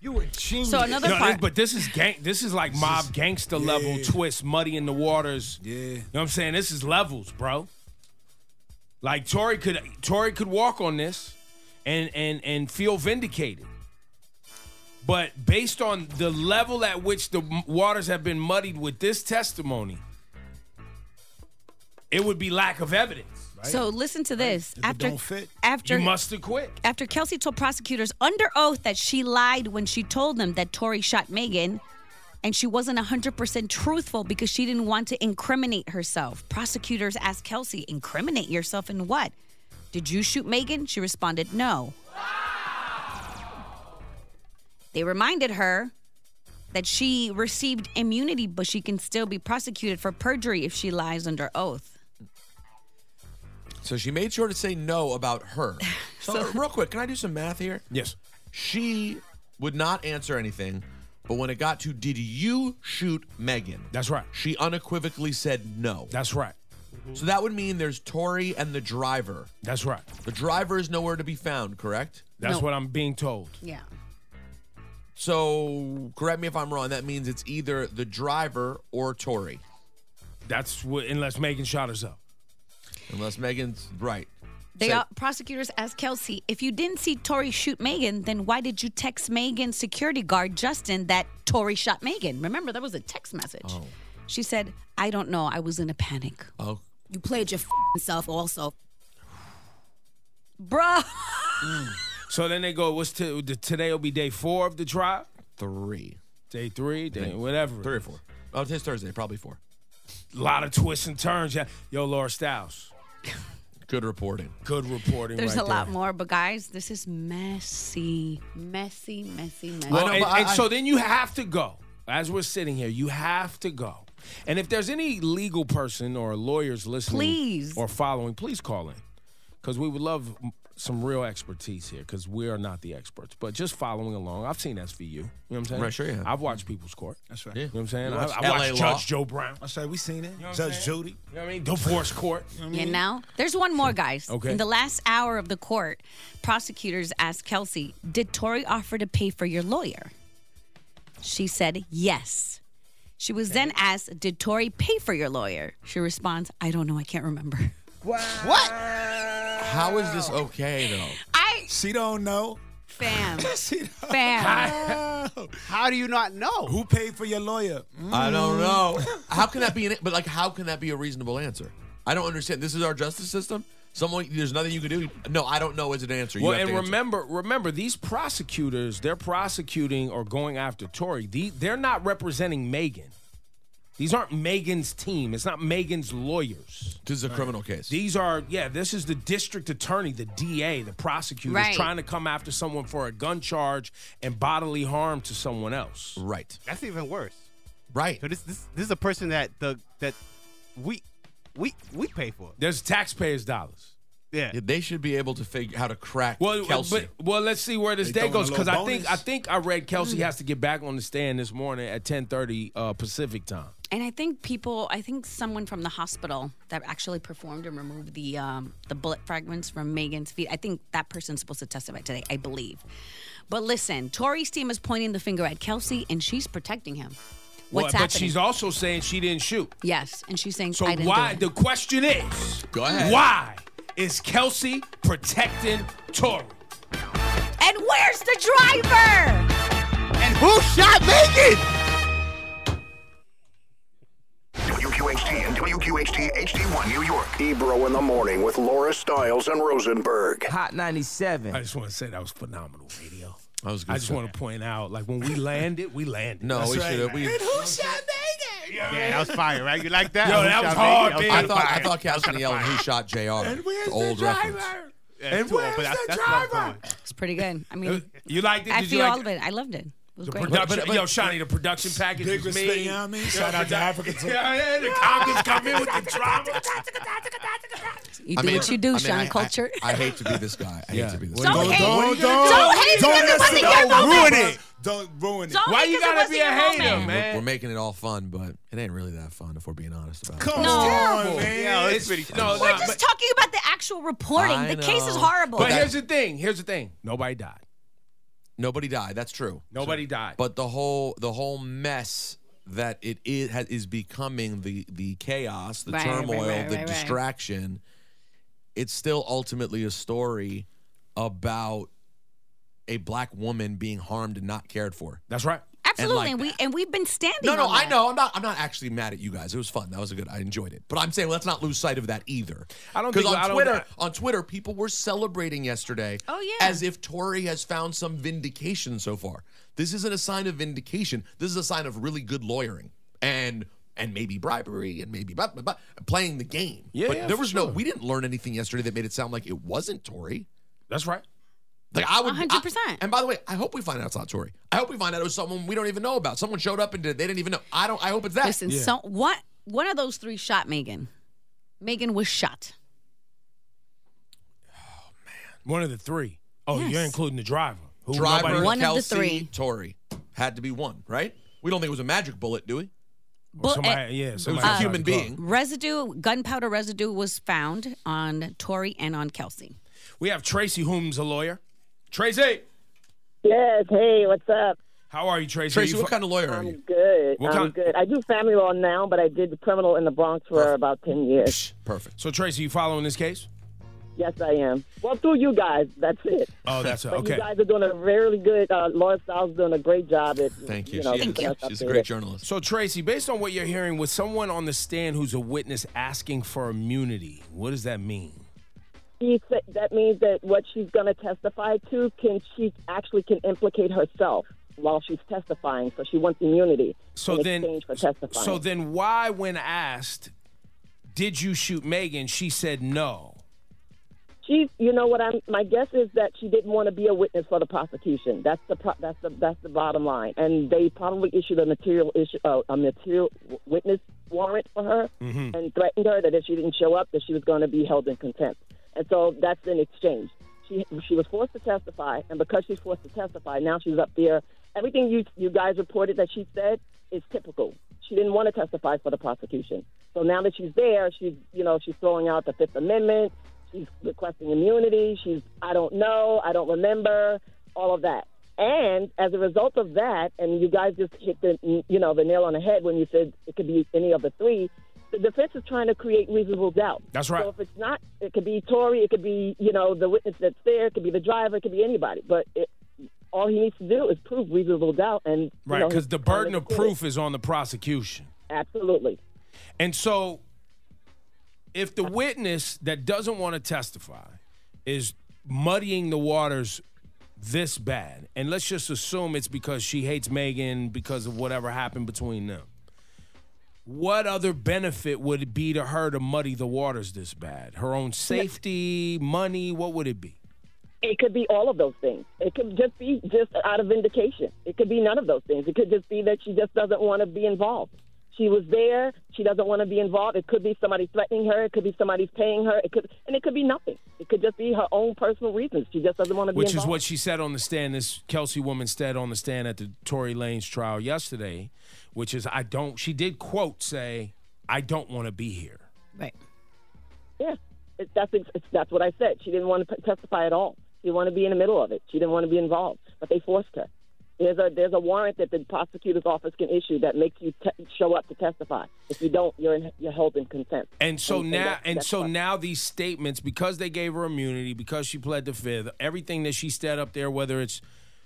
Speaker 8: You a genius.
Speaker 4: So another
Speaker 1: No, this-
Speaker 4: part.
Speaker 1: but this is gang. This is like mob gangster level twist, muddy in the waters. Yeah, you know what I'm saying. This is levels, bro. Like Tori could Tori could walk on this, and and and feel vindicated. But based on the level at which the m- waters have been muddied with this testimony, it would be lack of evidence. Right?
Speaker 4: So listen to this. After after
Speaker 1: you must have quit.
Speaker 4: After Kelsey told prosecutors under oath that she lied when she told them that Tori shot Megan and she wasn't 100% truthful because she didn't want to incriminate herself. Prosecutors asked Kelsey, incriminate yourself in what? Did you shoot Megan? She responded, no. They reminded her that she received immunity, but she can still be prosecuted for perjury if she lies under oath.
Speaker 10: So she made sure to say no about her. So, real quick, can I do some math here?
Speaker 1: Yes.
Speaker 10: She would not answer anything, but when it got to did you shoot Megan?
Speaker 1: That's right.
Speaker 10: She unequivocally said no.
Speaker 1: That's right.
Speaker 10: So that would mean there's Tori and the driver.
Speaker 1: That's right.
Speaker 10: The driver is nowhere to be found, correct?
Speaker 1: That's what I'm being told.
Speaker 4: Yeah.
Speaker 10: So correct me if I'm wrong, that means it's either the driver or Tori.
Speaker 1: That's what unless Megan shot herself.
Speaker 10: Unless Megan's right.
Speaker 4: They are, prosecutors asked Kelsey, if you didn't see Tori shoot Megan, then why did you text Megan's security guard Justin that Tori shot Megan? Remember, that was a text message.
Speaker 1: Oh.
Speaker 4: She said, "I don't know. I was in a panic.
Speaker 10: Oh.
Speaker 4: You played your f self, also, bruh."
Speaker 1: [LAUGHS] So then they go, what's to, the, today will be day four of the trial?
Speaker 10: Three.
Speaker 1: Day three, day whatever.
Speaker 10: Three or four. Oh, today's Thursday, probably four.
Speaker 1: A lot of twists and turns. Yeah. Yo, Laura Stiles.
Speaker 10: Good reporting.
Speaker 1: Good
Speaker 4: [LAUGHS]
Speaker 1: reporting.
Speaker 4: There's
Speaker 1: right
Speaker 4: a lot
Speaker 1: there.
Speaker 4: more, but guys, this is messy, messy, messy, messy.
Speaker 1: Well, and, and so then you have to go. As we're sitting here, you have to go. And if there's any legal person or lawyers listening
Speaker 4: Please.
Speaker 1: or following, please call in. Because we would love m- some real expertise here because we are not the experts. But just following along, I've seen SVU. You know what I'm saying?
Speaker 10: Right, sure you have.
Speaker 1: I've watched People's Court.
Speaker 8: That's right.
Speaker 1: You know what I'm saying?
Speaker 8: You
Speaker 1: I,
Speaker 8: watched
Speaker 1: I watched
Speaker 8: LA
Speaker 1: Judge
Speaker 8: Law.
Speaker 1: Joe Brown.
Speaker 8: That's right. We seen it.
Speaker 1: what I'm
Speaker 8: Judge
Speaker 1: saying?
Speaker 8: Jody.
Speaker 1: You know what I mean? Divorce court. You know what I
Speaker 4: Yeah,
Speaker 1: mean?
Speaker 4: now there's one more, guys.
Speaker 1: Okay.
Speaker 4: In the last hour of the court, prosecutors asked Kelsey, Did Tori offer to pay for your lawyer? She said, Yes. She was then asked, Did Tori pay for your lawyer? She responds, I don't know. I can't remember.
Speaker 10: What? How is this okay though?
Speaker 4: I
Speaker 8: She don't know.
Speaker 1: [LAUGHS]
Speaker 4: fam.
Speaker 8: She don't
Speaker 4: Fam.
Speaker 8: know.
Speaker 18: How do you not know?
Speaker 8: Who paid for your lawyer?
Speaker 10: I don't
Speaker 8: Mm.
Speaker 10: know. How can that be an but like how can that be a reasonable answer? I don't understand. This is our justice system? Someone there's nothing you can do. No, I don't know is an answer. You
Speaker 1: Well,
Speaker 10: have
Speaker 1: and
Speaker 10: to answer.
Speaker 1: remember, remember these prosecutors, they're prosecuting or going after Tory. The- They're not representing Megan. These aren't Megan's team. It's not Megan's lawyers.
Speaker 10: This is a criminal case.
Speaker 1: These are, yeah, this is the district attorney, the DA, the prosecutors
Speaker 4: Right.
Speaker 1: trying to come after someone for a gun charge and bodily harm to someone else.
Speaker 10: Right.
Speaker 18: That's even worse.
Speaker 10: Right.
Speaker 18: So this this this is a person that the that we
Speaker 14: We we pay for it.
Speaker 1: There's taxpayers' dollars.
Speaker 14: Yeah.
Speaker 10: they should be able to figure how to crack
Speaker 1: Well,
Speaker 10: Kelsey.
Speaker 1: but- well, let's see where this
Speaker 10: They
Speaker 1: day
Speaker 10: throwing
Speaker 1: goes
Speaker 10: a
Speaker 1: because I
Speaker 10: little
Speaker 1: think I
Speaker 10: bonus.
Speaker 1: think I read Kelsey
Speaker 4: Mm.
Speaker 1: has to get back on the stand this morning at 10:30 uh, Pacific time.
Speaker 4: And I think people, I think someone from the hospital that actually performed and removed the um, the bullet fragments from Megan's feet. I think that person's supposed to testify today. I believe. But listen, Tori's team is pointing the finger at Kelsey, and she's protecting him. What's
Speaker 1: Well,
Speaker 4: happening?
Speaker 1: but she's also saying she didn't shoot.
Speaker 4: yes, and she's saying,
Speaker 1: So
Speaker 4: "I didn't
Speaker 1: why?
Speaker 4: do
Speaker 1: The question is,
Speaker 10: Go ahead.
Speaker 1: Why is Kelsey protecting Tori?
Speaker 4: it." And where's the driver?
Speaker 18: And who shot Megan?
Speaker 2: WQHT and WQHT HD1 New York. Ebro in the morning with Laura Stiles and Rosenberg.
Speaker 18: Hot 97.
Speaker 1: I just want to say that was phenomenal radio.
Speaker 10: I was.
Speaker 1: I just want to point out, like when we landed, we landed.
Speaker 10: No, we should. We.
Speaker 18: Yeah, that was fire, right? You like that?
Speaker 1: Yo,
Speaker 18: Who
Speaker 1: that
Speaker 18: shot
Speaker 1: was
Speaker 18: Megan?
Speaker 1: hard,
Speaker 18: That was
Speaker 1: man.
Speaker 10: I
Speaker 18: kinda
Speaker 10: thought I
Speaker 18: fire.
Speaker 10: thought Kelsey yelled who shot Jr. And
Speaker 1: where's
Speaker 10: old reference.
Speaker 18: Yeah, it's too old, but that's- that's what I'm going.
Speaker 4: It's pretty good. I mean,
Speaker 1: You liked it?
Speaker 4: I
Speaker 1: Did you
Speaker 4: feel
Speaker 1: like
Speaker 4: all of it. I loved it. It was
Speaker 1: The
Speaker 4: great.
Speaker 1: production,
Speaker 10: But- but-
Speaker 1: yo, Shawnee, the production package was
Speaker 8: biggest
Speaker 1: me.
Speaker 8: thing, you know what I mean? Shout out to Africa, too.
Speaker 1: [LAUGHS] Yeah, yeah, the comics come in with the drama.
Speaker 4: You do what you do, Sean
Speaker 10: I- I-
Speaker 4: Culture. [LAUGHS]
Speaker 10: I, hate to be this guy. I hate to be this
Speaker 4: Don't
Speaker 10: guy.
Speaker 4: hate.
Speaker 8: Don't, don't,
Speaker 4: Don't hate
Speaker 8: don't
Speaker 4: because it
Speaker 8: mess
Speaker 4: wasn't
Speaker 8: up.
Speaker 4: your
Speaker 8: Don't
Speaker 4: moment.
Speaker 8: ruin it. Don't ruin it.
Speaker 4: Don't
Speaker 1: Why
Speaker 4: hate
Speaker 1: you
Speaker 4: 'cause it
Speaker 1: gotta be a
Speaker 4: wasn't your
Speaker 1: hater,
Speaker 4: moment.
Speaker 1: man?
Speaker 10: We're, we're making it all fun, but it ain't really that fun if we're being honest about
Speaker 8: Come
Speaker 10: it.
Speaker 4: No.
Speaker 8: on, man.
Speaker 18: Yeah, it's pretty
Speaker 1: It's- no,
Speaker 4: We're
Speaker 1: no,
Speaker 4: just
Speaker 1: but,
Speaker 4: talking about the actual reporting.
Speaker 10: I
Speaker 4: the case is
Speaker 10: know.
Speaker 4: horrible.
Speaker 1: but here's the thing. Here's the thing. Nobody died.
Speaker 10: Nobody died. That's true.
Speaker 1: Nobody died.
Speaker 10: But the whole the whole mess that it is has, is becoming the the chaos, the
Speaker 4: Right, right,
Speaker 10: turmoil,
Speaker 4: right,
Speaker 10: the
Speaker 4: right, right.
Speaker 10: distraction. It's still ultimately a story about a black woman being harmed and not cared for.
Speaker 1: That's right.
Speaker 4: Absolutely,
Speaker 10: and
Speaker 4: and,
Speaker 10: like
Speaker 4: we and we've been standing.
Speaker 10: No, no,
Speaker 4: on
Speaker 10: I
Speaker 4: that.
Speaker 10: know. I'm not. I'm not actually mad at you guys. It was fun. That was a good. I enjoyed it. But I'm saying let's not lose sight of that either.
Speaker 1: I don't
Speaker 10: because
Speaker 1: think- I
Speaker 10: on
Speaker 1: don't-
Speaker 10: Twitter, on Twitter, people were celebrating yesterday.
Speaker 4: Oh, yeah.
Speaker 10: As if Tory has found some vindication so far. This isn't a sign of vindication. This is a sign of really good lawyering and and maybe bribery and maybe blah, blah, blah, playing the game.
Speaker 1: Yeah,
Speaker 10: but
Speaker 1: yeah,
Speaker 10: there
Speaker 1: for
Speaker 10: was no.
Speaker 1: sure.
Speaker 10: We didn't learn anything yesterday that made it sound like it wasn't Tory.
Speaker 1: That's right.
Speaker 10: Like I would,
Speaker 4: 100%.
Speaker 10: I- and by the way, I hope we find out it's not Tory. I hope we find out it was someone we don't even know about. Someone showed up and did, they didn't even know. I don't. I hope it's that.
Speaker 4: Listen, so what? One of those three shot Megan. Megan was shot.
Speaker 1: One of the three. Oh,
Speaker 4: Yes.
Speaker 1: you're including the driver. Who
Speaker 10: Driver,
Speaker 1: nobody-
Speaker 4: One of the
Speaker 10: Kelsey,
Speaker 4: three.
Speaker 10: Tory had to be one, right? We don't think it was a magic bullet, do we?
Speaker 4: Bull-
Speaker 1: somebody- yeah,
Speaker 10: It was
Speaker 1: somebody
Speaker 10: a
Speaker 1: tried to
Speaker 10: human
Speaker 1: call.
Speaker 10: being.
Speaker 4: Residue, gunpowder residue was found on Tori and on Kelsey.
Speaker 1: We have Tracy Holmes, a lawyer. Tracy,
Speaker 19: Yes. Hey, what's up?
Speaker 1: how are you, Tracy?
Speaker 10: Tracy,
Speaker 1: You
Speaker 10: what
Speaker 1: fu-
Speaker 10: kind of lawyer are
Speaker 19: Um,
Speaker 10: you?
Speaker 19: Good.
Speaker 1: What
Speaker 19: I'm
Speaker 1: kind-
Speaker 19: good. I do family law now, but I did criminal in the Bronx for about ten years.
Speaker 10: Perfect.
Speaker 1: so, Tracy, you following this case?
Speaker 19: Yes, I am. Well, through you guys. That's it. [LAUGHS]
Speaker 1: Oh, that's
Speaker 19: But
Speaker 1: okay.
Speaker 19: you guys are doing a really good. Uh, Laura Styles is doing a great job at.
Speaker 10: Thank you.
Speaker 19: know,
Speaker 10: she is.
Speaker 19: keeping us
Speaker 10: She's a
Speaker 19: updated.
Speaker 10: great journalist.
Speaker 1: So, Tracy, based on what you're hearing, with someone on the stand who's a witness asking for immunity, what does that mean?
Speaker 19: She said that means that what she's going to testify to can she actually can implicate herself while she's testifying, so she wants immunity
Speaker 1: So
Speaker 19: in
Speaker 1: then,
Speaker 19: exchange for testifying.
Speaker 1: so then, why, when asked, did you shoot Megan? She said no.
Speaker 19: She's, you know what? I'm. My guess is that she didn't want to be a witness for the prosecution. That's the pro, that's the that's the bottom line. And they probably issued a material issue uh, a material w- witness warrant for her
Speaker 7: Hmm.
Speaker 19: and threatened her that if she didn't show up, that she was going to be held in contempt. And so that's in exchange. She she was forced to testify, and because she's forced to testify, now she's up there. Everything you you guys reported that she said is typical. She didn't want to testify for the prosecution. So now that she's there, she's you know she's throwing out the Fifth Amendment. She's requesting immunity. She's, I don't know, I don't remember, all of that. And as a result of that, and you guys just hit the, you know, the nail on the head when you said it could be any of the three. The defense is trying to create reasonable doubt.
Speaker 1: That's right.
Speaker 19: So if it's not, it could be Tory, it could be, you know, the witness that's there, it could be the driver, it could be anybody. But it, all he needs to do is prove reasonable doubt, and you
Speaker 1: Right,
Speaker 19: know,
Speaker 1: because
Speaker 19: he's
Speaker 1: the
Speaker 19: trying
Speaker 1: burden
Speaker 19: to
Speaker 1: of
Speaker 19: do it.
Speaker 1: proof is on the prosecution.
Speaker 19: Absolutely.
Speaker 1: And so, if the witness that doesn't want to testify is muddying the waters this bad, and let's just assume it's because she hates Megan because of whatever happened between them, what other benefit would it be to her to muddy the waters this bad? Her own safety, money, what would it be?
Speaker 19: It could be all of those things. It could just be just out of vindication. It could be none of those things. It could just be that she just doesn't want to be involved. She was there. She doesn't want to be involved. It could be somebody threatening her. It could be somebody's paying her. It could, and it could be nothing. It could just be her own personal reasons. She just doesn't want to be
Speaker 1: Which is
Speaker 19: involved.
Speaker 1: what she said on the stand. This Kelsey woman said on the stand at the Tory Lane's trial yesterday, which is I don't. She did quote say, "I don't want to be here."
Speaker 4: Right.
Speaker 19: Yeah, it, that's ex- it's, that's what I said. She didn't want to p- testify at all. She didn't want to be in the middle of it. She didn't want to be involved, but they forced her. There's a there's a warrant that the prosecutor's office can issue that makes you te- show up to testify. If you don't, you're in, you're held in contempt.
Speaker 1: And so now,
Speaker 19: that-
Speaker 1: and
Speaker 19: that's
Speaker 1: so
Speaker 19: why.
Speaker 1: now, these statements because they gave her immunity, because she pled the fifth, everything that she said up there, whether it's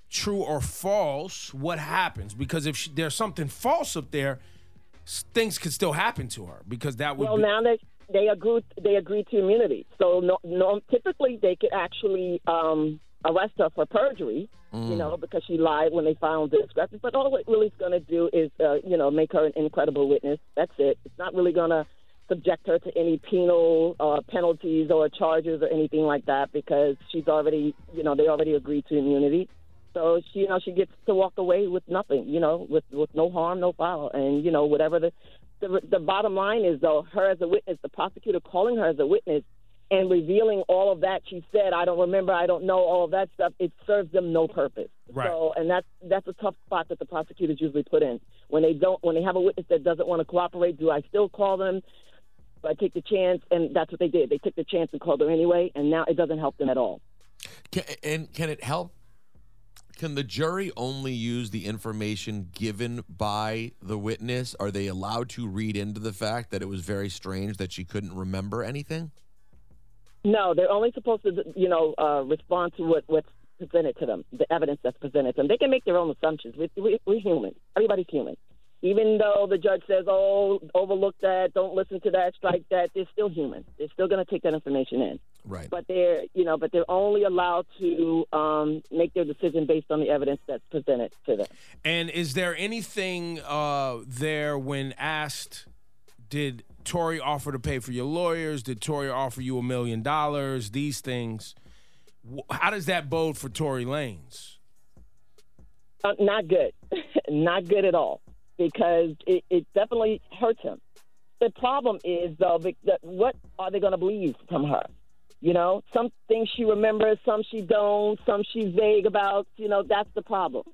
Speaker 1: true or false, what happens? Because if she, there's something false up there, s- things could still happen to her. Because that would
Speaker 19: Well,
Speaker 1: be,
Speaker 19: now they they agree they agree to immunity. So no, no typically they could actually um, arrest her for perjury, you
Speaker 20: Mm.
Speaker 19: know, because she lied when they found the discrepancy. But all it really is going to do is, uh, you know, make her an incredible witness. That's it. It's not really going to subject her to any penal uh, penalties or charges or anything like that because she's already, you know, they already agreed to immunity. So she, you know, she gets to walk away with nothing, you know, with with no harm, no foul, and you know, whatever the the, the bottom line is though, her as a witness, the prosecutor calling her as a witness and revealing all of that she said, I don't remember, I don't know, all of that stuff, it serves them no purpose.
Speaker 21: Right.
Speaker 19: So, and that's that's a tough spot that the prosecutors usually put in when they don't when they have a witness that doesn't want to cooperate. Do I still call them? Do I take the chance? And that's what they did. They took the chance and called her anyway, and now it doesn't help them at all.
Speaker 10: Can, and can it help? Can the jury only use the information given by the witness? Are they allowed to read into the fact that it was very strange that she couldn't remember anything?
Speaker 19: No, they're only supposed to, you know, uh, respond to what, what's presented to them, the evidence that's presented to them. They can make their own assumptions. We, we, we're human. Everybody's human. Even though the judge says, oh, overlook that, don't listen to that, strike that, they're still human. They're still going to take that information in.
Speaker 10: Right.
Speaker 19: But they're, you know, but they're only allowed to um, make their decision based on the evidence that's presented to them.
Speaker 1: And is there anything uh, there when asked, did Tory offer to pay for your lawyers? Did Tory offer you a million dollars? These things. Wh- How does that bode for Tory Lanes?
Speaker 19: Uh, not good. [LAUGHS] not good at all because it, it definitely hurts him. The problem is, though, be- that what are they going to believe from her? You know, some things she remembers, some she don't, some she's vague about. You know, that's the problem.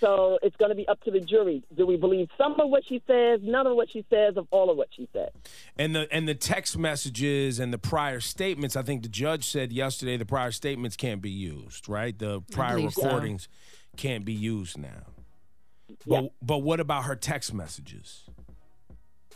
Speaker 19: So it's going to be up to the jury. Do we believe some of what she says, none of what she says, of all of what she says?
Speaker 1: And the and the text messages and the prior statements. I think the judge said yesterday the prior statements can't be used. Right, the prior
Speaker 20: believe so.
Speaker 1: recordings can't be used now. But but what about her text messages?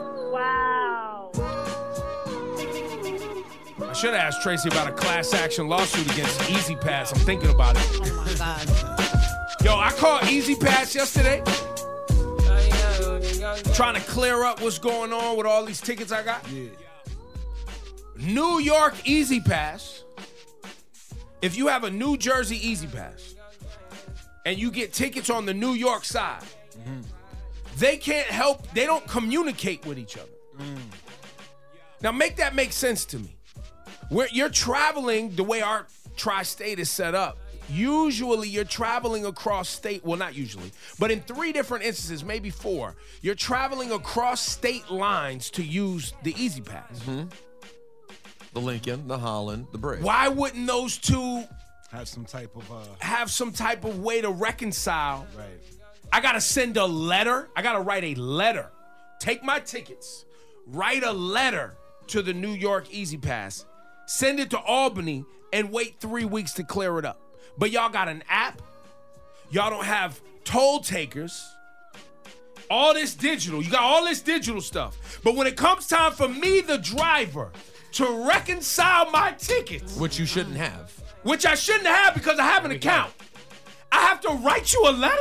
Speaker 1: Wow. I should have asked Tracy about a class action lawsuit against Easy Pass. I'm thinking about it.
Speaker 4: Oh my God.
Speaker 1: Yo, I called Easy Pass yesterday. Trying to clear up what's going on with all these tickets I got. New York Easy Pass. If you have a New Jersey Easy Pass and you get tickets on the New York side, they can't help, they don't communicate with each other. Now, make that make sense to me. Where you're traveling the way our tri-state is set up, usually you're traveling across state. Well, not usually, but in three different instances, maybe four, you're traveling across state lines to use the Easy Pass.
Speaker 10: The Lincoln, the Holland, the Bridge.
Speaker 1: Why wouldn't those two
Speaker 8: Have some type of uh,
Speaker 1: have some type of way to reconcile? Right. I gotta send a letter. I gotta write a letter. Take my tickets. Write a letter to the New York Easy Pass. Send it to Albany and wait three weeks to clear it up. But y'all got an app. Y'all don't have toll takers. All this digital. You got all this digital stuff. But when it comes time for me, the driver, to reconcile my tickets,
Speaker 10: Which you shouldn't have.
Speaker 1: which I shouldn't have because I have an account, I have to write you a letter.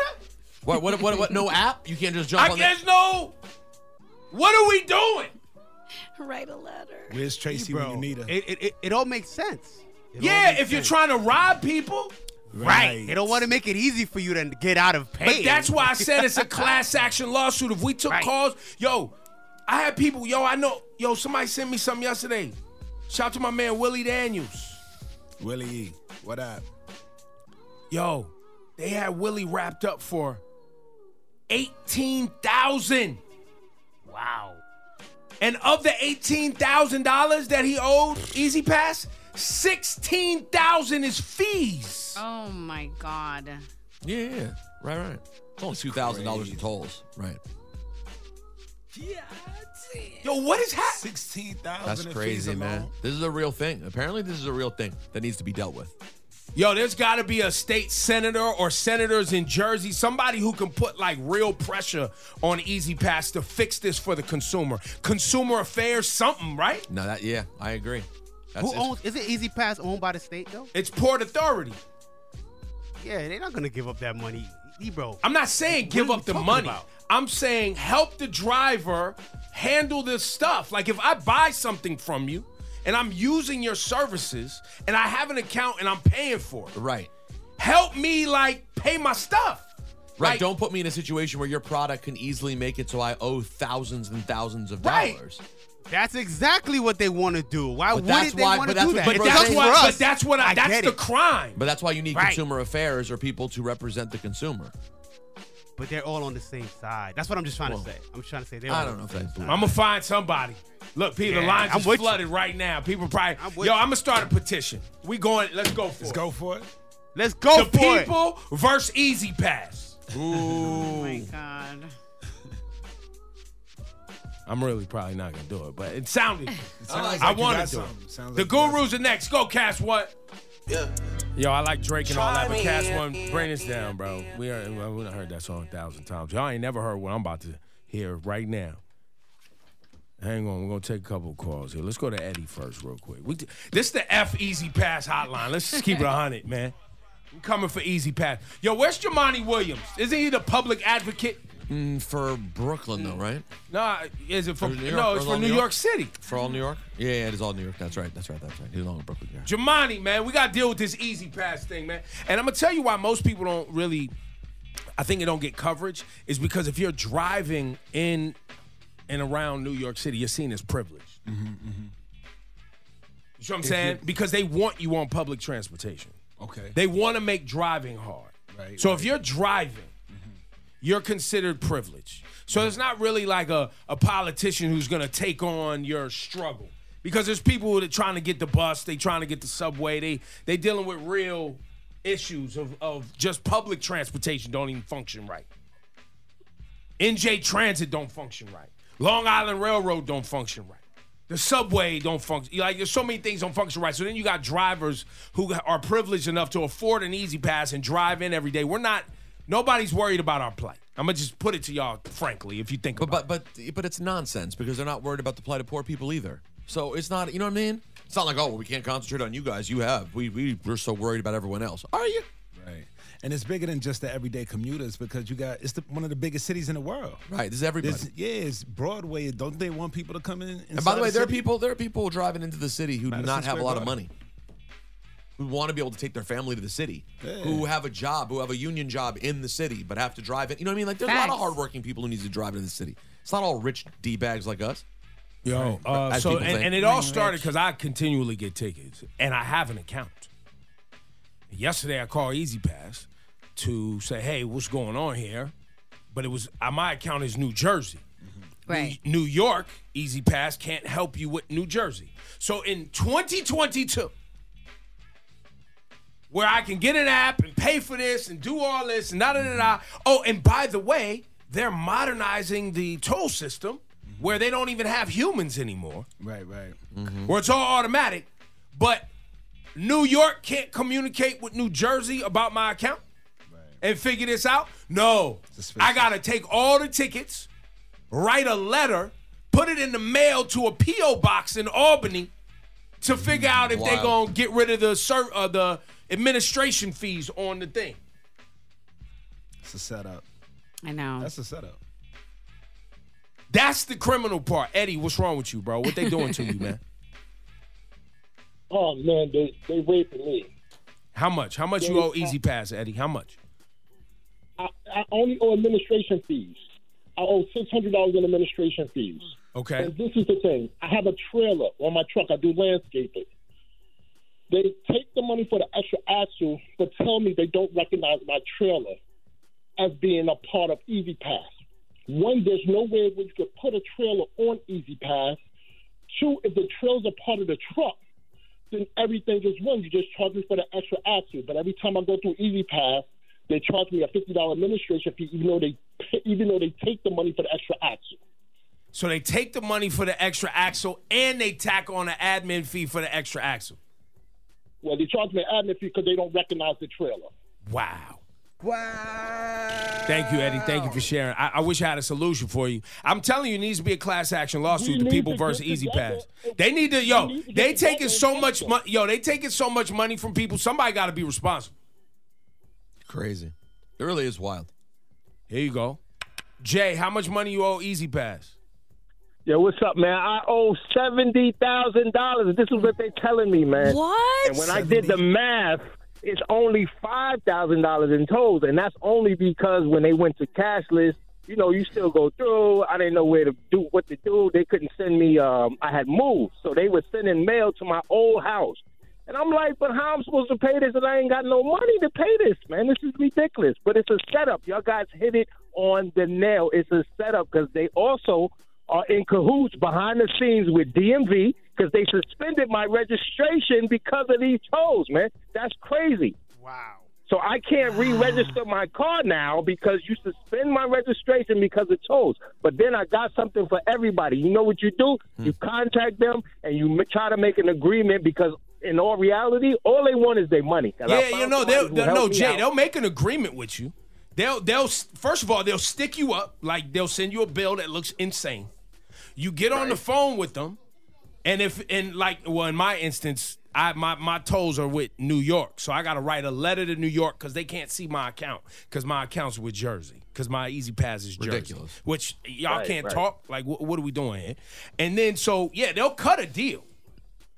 Speaker 10: What? What? What? what no app? You can't just jump
Speaker 1: I
Speaker 10: on that.
Speaker 1: guess no. What are we doing?
Speaker 4: Write a letter.
Speaker 8: Where's Tracy when you need her?
Speaker 14: It, it, it, it all makes sense. It all
Speaker 1: yeah,
Speaker 14: makes
Speaker 1: if you're
Speaker 14: sense.
Speaker 1: trying to rob people,
Speaker 14: Right. They don't want to make it easy for you to get out of paying.
Speaker 1: But that's why I
Speaker 8: [LAUGHS]
Speaker 14: [LAUGHS]
Speaker 1: said it's a class action lawsuit. If we took calls, yo, I had people, yo, I know, yo, somebody sent me something yesterday. Shout out to my man Willie Daniels.
Speaker 8: Willie E. What up?
Speaker 1: Yo, they had Willie wrapped up for 18,000. Wow. And of the $18,000 that he owed Easy Pass, 16,000 is fees.
Speaker 4: Oh my God.
Speaker 10: Yeah, yeah, yeah. Right, right. It's only two thousand dollars in tolls. Right.
Speaker 1: Yo, what is happening?
Speaker 8: 16,000.
Speaker 10: That's
Speaker 8: in fees
Speaker 10: crazy, man.
Speaker 8: alone?
Speaker 10: This is a real thing. Apparently, this is a real thing that needs to be dealt with.
Speaker 1: Yo, there's got to be a state senator or senators in Jersey, somebody who can put like real pressure on Easy Pass to fix this for the consumer. Consumer affairs, something, right?
Speaker 10: No, that yeah, I agree. That's
Speaker 14: Who
Speaker 10: it.
Speaker 14: owns? Is it Easy Pass owned by the state though?
Speaker 1: It's Port Authority.
Speaker 14: Yeah, they're not gonna give up that money, Ebro.
Speaker 1: I'm not saying give
Speaker 14: are you
Speaker 1: up the
Speaker 14: talking
Speaker 1: money.
Speaker 14: about?
Speaker 1: I'm saying help the driver handle this stuff. Like if I buy something from you and I'm using your services and I have an account and I'm paying for it,
Speaker 10: right.
Speaker 1: help me like pay my stuff.
Speaker 10: Right.
Speaker 1: Like-
Speaker 10: Don't put me in a situation where your product can easily make it so I owe thousands and thousands of
Speaker 1: Right.
Speaker 10: dollars.
Speaker 14: That's exactly what they want to do. Why
Speaker 10: But that's
Speaker 14: wouldn't they
Speaker 10: why-
Speaker 14: want
Speaker 10: but
Speaker 14: to
Speaker 10: that's
Speaker 14: do
Speaker 10: what
Speaker 14: that?
Speaker 10: Ebro
Speaker 1: But
Speaker 10: Bro,
Speaker 1: that's
Speaker 10: they-
Speaker 1: what.
Speaker 14: for us.
Speaker 1: But that's what. I,
Speaker 14: I
Speaker 1: that's
Speaker 14: get
Speaker 1: the
Speaker 14: it.
Speaker 1: crime.
Speaker 10: But that's why you need
Speaker 14: Right.
Speaker 10: consumer affairs or people to represent the consumer.
Speaker 14: But they're all on the same side. That's what I'm just trying
Speaker 10: Well,
Speaker 14: to say. I'm trying to say they're.
Speaker 10: I
Speaker 14: all
Speaker 10: don't
Speaker 14: on
Speaker 10: know if
Speaker 14: the same
Speaker 10: that's
Speaker 14: side.
Speaker 1: I'm gonna find somebody. Look, Peter, the
Speaker 14: Yeah,
Speaker 1: lines
Speaker 14: I'm
Speaker 1: is
Speaker 14: with you.
Speaker 1: flooded right now. People probably.
Speaker 14: I'm with
Speaker 1: yo,
Speaker 14: you.
Speaker 1: I'm gonna start a petition. We going. Let's go for
Speaker 8: Let's
Speaker 1: it.
Speaker 8: go for it.
Speaker 14: Let's go
Speaker 1: the
Speaker 14: for it.
Speaker 1: people versus Easy Pass.
Speaker 4: Oh my God.
Speaker 1: [LAUGHS] I'm really probably not gonna do it, but it sounded.
Speaker 8: Sounds
Speaker 1: I
Speaker 8: like you
Speaker 1: want
Speaker 8: got
Speaker 1: to do
Speaker 8: something.
Speaker 1: it.
Speaker 8: Sounds
Speaker 1: the
Speaker 8: like you got
Speaker 1: Gurus are next. Go, Cass. What?
Speaker 12: Yeah.
Speaker 1: Yo, I like Drake and all that, but
Speaker 12: Try
Speaker 1: Cass
Speaker 12: me.
Speaker 1: One, bring this down, bro. We are. well, We done heard that song a thousand times. Y'all ain't never heard what I'm about to hear right now. Hang on, we're gonna take a couple calls here. Let's go to Eddie first, real quick. We, this is the F Easy Pass hotline. Let's just keep it hundred, man. we coming for Easy Pass. Yo, where's Jamani Williams? Isn't he the public advocate?
Speaker 10: Mm, for Brooklyn, though, right?
Speaker 1: Nah, is it from?
Speaker 10: Or New York-
Speaker 1: no,
Speaker 10: or
Speaker 1: it's
Speaker 10: all
Speaker 1: from New
Speaker 10: New
Speaker 1: York?
Speaker 10: York?
Speaker 1: City.
Speaker 10: For all New York? Yeah, yeah, it is all New York. That's right. That's right. That's right. He's all in Brooklyn. Yeah.
Speaker 1: Jamani, man, we gotta deal with this easy pass thing, man. And I'm gonna tell you why most people don't really, I think it don't get coverage, is because if you're driving in and around New York City, you're seen as privileged.
Speaker 8: Mm-hmm,
Speaker 1: You see what I'm saying? Because they want you on public transportation.
Speaker 8: Okay.
Speaker 1: They want to make driving hard.
Speaker 8: Right,
Speaker 1: so if you're driving you're considered privileged. So it's not really like a, a politician who's gonna take on your struggle. Because there's people that are trying to get the bus, they trying to get the subway, they they dealing with real issues of, of just public transportation don't even function right. NJ Transit don't function right. Long Island Railroad don't function right. The subway don't function. Like there's so many things don't function right. So then you got drivers who are privileged enough to afford an easy pass and drive in every day. We're not. Nobody's worried about our plight. I'm gonna just put it to y'all frankly. If you think
Speaker 10: but, about, but but but it's nonsense because they're not worried about the plight of poor people either. So it's not. You know what I mean? It's not like oh well, we can't concentrate on you guys. You have we we we're so worried about everyone else. Are you?
Speaker 8: Right. And it's bigger than just the everyday commuters because you got it's the, one of the biggest cities in the world.
Speaker 10: Right, this is everybody.
Speaker 8: This- yeah, it's Broadway. Don't they want people to come in?
Speaker 10: And by the way, there are
Speaker 8: people.
Speaker 10: people there are people driving into the city who do
Speaker 8: Madison
Speaker 10: not have a
Speaker 8: Square
Speaker 10: lot of money.
Speaker 8: Garden.
Speaker 10: Who want to be able to take their family to the city? Who have a job? Who have a union job in the city, but have to drive it? You know what I mean? Like there's a lot of
Speaker 1: Facts.
Speaker 10: hardworking people who need to drive into the city. It's not all rich d bags like us. Oh,
Speaker 1: Yo, Uh, so and, and it all started because I continually get tickets and I have an account. Yesterday I called Easy Pass to say, "Hey, what's going on here?" But it was uh, my account is New Jersey.
Speaker 4: Right.
Speaker 1: New York Easy Pass can't help you with New Jersey. So in 2022, where I can get an app and pay for this and do all this and da da da da. Oh, and by the way, they're modernizing the toll system where they don't even have humans anymore,
Speaker 8: Right, right.
Speaker 10: Mm-hmm.
Speaker 1: where it's all automatic. But New York can't communicate with New Jersey about my account and figure this out. No, I gotta take all the tickets, write a letter, put it in the mail to a PO box in Albany to figure out if they're
Speaker 10: Wild.
Speaker 1: gonna get rid of the ser- uh, the administration fees on the thing.
Speaker 8: It's a setup.
Speaker 4: I know.
Speaker 8: That's a setup.
Speaker 1: That's the criminal part. Eddie, what's wrong with you, bro? What they doing to you, man?
Speaker 20: Oh man, they they raping me.
Speaker 1: How much? How much you owe Easy Pass, Eddie? How much?
Speaker 20: I, I only owe administration fees. I owe six hundred dollars in administration fees.
Speaker 1: Okay.
Speaker 20: And this is the thing. I have a trailer on my truck. I do landscaping. They take the money for the extra axle, but tell me they don't recognize my trailer as being a part of Easy Pass. One, there's no way we could put a trailer on Easy Pass. Two, if the trailers are part of the truck, then everything is one. You just charge me for the extra axle. But every time I go through Easy Pass, they charge me a fifty dollar administration fee, even though they even though they take the money for the extra axle.
Speaker 1: So they take the money for the extra axle and they tack on an admin fee for the extra axle.
Speaker 20: Well, they charge me an admin fee because they don't recognize the trailer.
Speaker 1: Wow. Wow. Thank you, Eddie. Thank you for sharing. I, I wish I had a solution for you. I'm telling you, it needs to be a class action
Speaker 20: We
Speaker 1: lawsuit. The
Speaker 20: need
Speaker 1: people
Speaker 20: to get
Speaker 1: versus Easy
Speaker 20: together.
Speaker 1: Pass. They need to, yo,
Speaker 20: We need to
Speaker 1: they
Speaker 20: get
Speaker 1: taking
Speaker 20: together
Speaker 1: so much money, yo, they taking so much money from people. Somebody got to be responsible.
Speaker 10: Crazy. It really is wild.
Speaker 1: Here you go. Jay, how much money you owe Easy Pass?
Speaker 21: Yo, what's up, man? I owe seventy thousand dollars. This is what they're telling me, man.
Speaker 4: What?
Speaker 21: And when I did the math, it's only five thousand dollars in tolls, and that's only because when they went to cashless, you know, you still go through. I didn't know where to do what to do. They couldn't send me. Um, I had moved, so they were sending mail to my old house, and I'm like, but how am I supposed to pay this? And I ain't got no money to pay this, man. This is ridiculous. But it's a setup. Y'all guys hit it on the nail. It's a setup because they also are in cahoots behind the scenes with DMV because they suspended my registration because of these tolls, man. That's crazy. Wow. So I can't re-register my car now because you suspend my registration because of tolls. But then I got something for everybody. You know what you do?
Speaker 1: Hmm.
Speaker 21: You contact them and you m- try to make an agreement because in all reality, all they want is their money. 'Cause I
Speaker 1: Yeah, you
Speaker 21: found
Speaker 1: know
Speaker 21: somebody
Speaker 1: they'll,
Speaker 21: who
Speaker 1: they'll
Speaker 21: helped
Speaker 1: no
Speaker 21: me
Speaker 1: Jay.
Speaker 21: out.
Speaker 1: They'll make an agreement with you. They'll they'll first of all they'll stick you up like they'll send you a bill that looks insane. You get on the phone with them, and if and like well in my instance, I my my tolls are with New York, so I got to write a letter to New York because they can't see my account because my account's with Jersey because my Easy Pass is Jersey,
Speaker 10: Ridiculous.
Speaker 1: which y'all
Speaker 10: Right,
Speaker 1: can't
Speaker 10: right.
Speaker 1: talk. Like wh- what are we doing here? And then so yeah, they'll cut a deal.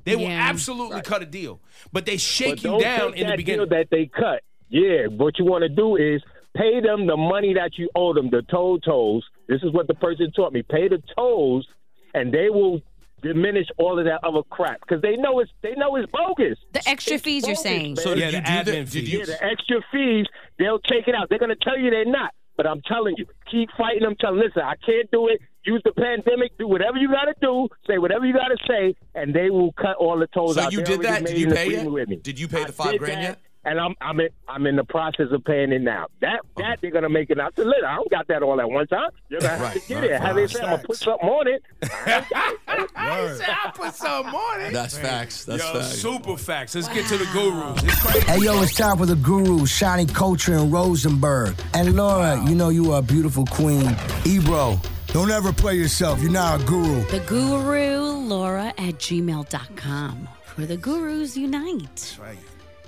Speaker 1: They will
Speaker 21: Yeah.
Speaker 1: absolutely cut a deal, but they shake
Speaker 21: But
Speaker 1: you
Speaker 21: don't
Speaker 1: down
Speaker 21: take
Speaker 1: in the
Speaker 21: that
Speaker 1: beginning.
Speaker 21: Deal that they cut. Yeah, what you want to do is pay them the money that you owe them, the toll tolls. This is what the person taught me. Pay the tolls, and they will diminish all of that other crap because they know it's they know it's bogus.
Speaker 4: The extra fees you're saying.
Speaker 21: man.
Speaker 1: yeah, the admin fees.
Speaker 21: Yeah, the extra fees, they'll take it out. They're going to tell you they're not. But I'm telling you, keep fighting them. Tell listen, I can't do it. Use the pandemic. Do whatever you got to do. Say whatever you got to say, and they will cut all the toes
Speaker 10: So
Speaker 21: out.
Speaker 10: you
Speaker 21: They
Speaker 10: did
Speaker 21: already
Speaker 10: that? Did
Speaker 21: made
Speaker 10: you
Speaker 21: an
Speaker 10: pay
Speaker 21: agreement
Speaker 10: it?
Speaker 21: with me.
Speaker 10: Did you pay the
Speaker 21: did
Speaker 10: five grand
Speaker 21: that,
Speaker 10: yet?
Speaker 21: And I'm I'm in I'm in the process of paying it now. That that they're gonna make it out. So listen, I don't got that all at one time. You're gonna have
Speaker 10: Right,
Speaker 21: to get
Speaker 10: right,
Speaker 21: it. How they
Speaker 10: right.
Speaker 21: say I'm gonna put something on it.
Speaker 8: [SIGHS]
Speaker 1: I put some on it.
Speaker 10: That's facts. That's
Speaker 1: Yo,
Speaker 10: facts.
Speaker 1: super facts. Let's get to the gurus. It's crazy.
Speaker 3: Hey yo, it's time for the guru, Shiny Culture and Rosenberg. And Laura, you know you are a beautiful queen. Ebro, don't ever play yourself. You're not a guru.
Speaker 4: The guru, Laura at gmail.com. For the gurus unite. That's
Speaker 3: right.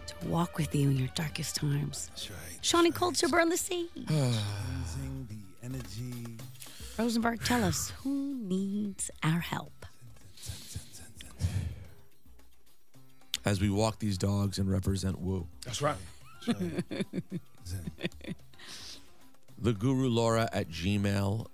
Speaker 4: To walk with you in your darkest times. That's right. Shawnee Culture, burn the sea. Rosenberg, tell us who needs our help?
Speaker 10: As we walk these dogs and represent Woo.
Speaker 1: That's right.
Speaker 10: [LAUGHS] The Guru Laura at gmail.com.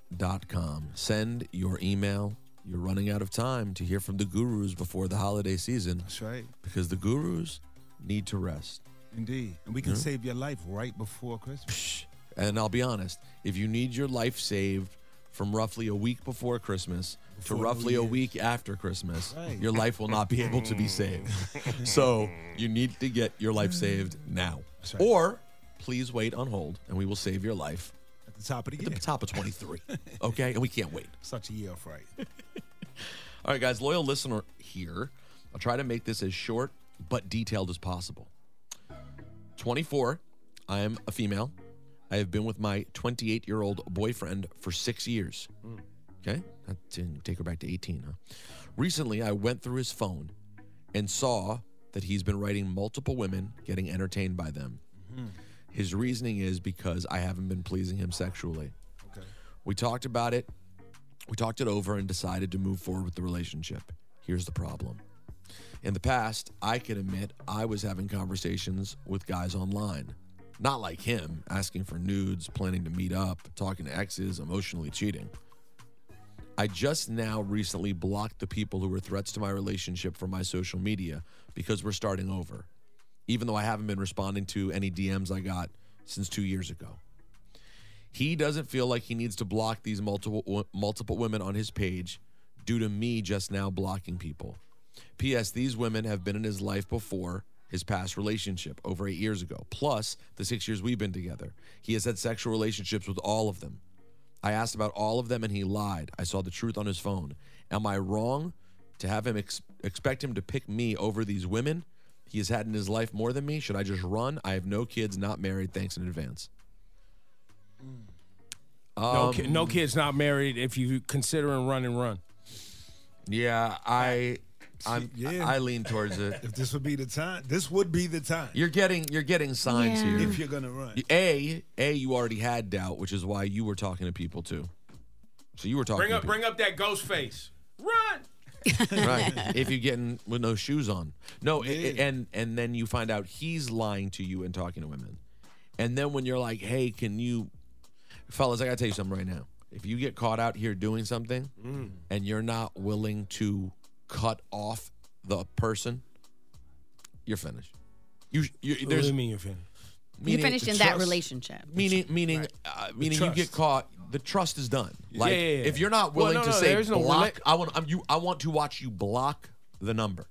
Speaker 10: Send your email. You're running out of time to hear from the gurus before the holiday season. That's
Speaker 8: right.
Speaker 10: Because the gurus need to rest.
Speaker 8: Indeed. And we can
Speaker 10: Yeah.
Speaker 8: save your life right before Christmas.
Speaker 10: And I'll be honest, if you need your life saved from roughly a week before Christmas to
Speaker 8: Before
Speaker 10: roughly
Speaker 8: New
Speaker 10: a
Speaker 8: Year's.
Speaker 10: week after Christmas,
Speaker 8: Right. Mm.
Speaker 10: your life will not be able to be saved.
Speaker 8: [LAUGHS]
Speaker 10: so you need to get your life saved now. Or please wait on hold and we will save your life
Speaker 8: At the top of the year.
Speaker 10: at the top
Speaker 8: [LAUGHS]
Speaker 10: of 23. okay? And we can't wait.
Speaker 8: Such a year of fright.
Speaker 10: [LAUGHS] All right, guys, loyal listener here. I'll try to make this as short but detailed as possible. 24, I am a female. I have been with my 28 year old boyfriend for six years. Okay, that didn't take her back to 18, huh? Recently, I went through his phone and saw that he's been writing multiple women, getting entertained by them. His reasoning is because I haven't been pleasing him sexually.
Speaker 8: Okay.
Speaker 10: We talked about it. We talked it over and decided to move forward with the relationship. Here's the problem. In the past, I can admit I was having conversations with guys online. Not like him, asking for nudes, planning to meet up, talking to exes, emotionally cheating. I just now recently blocked the people who were threats to my relationship from my social media because we're starting over, even though I haven't been responding to any DMs I got since two years ago. He doesn't feel like he needs to block these multiple multiple women on his page due to me just now blocking people. P.S. These women have been in his life before his past relationship over eight years ago, plus the six years we've been together. He has had sexual relationships with all of them. I asked about all of them and he lied. I saw the truth on his phone. Am I wrong to have him ex- expect him to pick me over these women he has had in his life more than me? Should I just run? I have no kids, not married. Thanks in advance.
Speaker 1: no,
Speaker 10: Um,
Speaker 1: ki- no kids not married if you considering run and run.
Speaker 10: Yeah, I I'm,
Speaker 8: Yeah.
Speaker 10: I lean towards it.
Speaker 8: If this would be the time, this would be the time.
Speaker 10: You're getting you're getting signs
Speaker 8: Yeah.
Speaker 10: here.
Speaker 8: If you're gonna run.
Speaker 10: A A you already had doubt, which is why you were talking to people too. So you were talking
Speaker 1: Bring
Speaker 10: to
Speaker 1: up, bring up that ghost face. Run.
Speaker 10: [LAUGHS] right? if you're getting with no shoes on, no, i- i- and and then you find out he's lying to you and talking to women, and then when you're like, hey, can you, fellas, I gotta tell you something right now. If you get caught out here doing something,
Speaker 1: Mm.
Speaker 10: Mm-hmm. and you're not willing to cut off the person, you're finished. You, you
Speaker 1: What
Speaker 10: there's
Speaker 1: do you mean you're finished?
Speaker 4: you finished in that relationship.
Speaker 10: Meaning, meaning, uh, meaning you
Speaker 1: trust.
Speaker 10: get caught. The trust is done.
Speaker 1: Yeah,
Speaker 10: Like
Speaker 1: yeah, yeah.
Speaker 10: if you're not
Speaker 1: Well,
Speaker 10: willing
Speaker 1: no,
Speaker 10: to
Speaker 1: no,
Speaker 10: say
Speaker 1: there's no
Speaker 10: block,
Speaker 1: rela-
Speaker 10: I want I'm, you. I want to watch you block the number.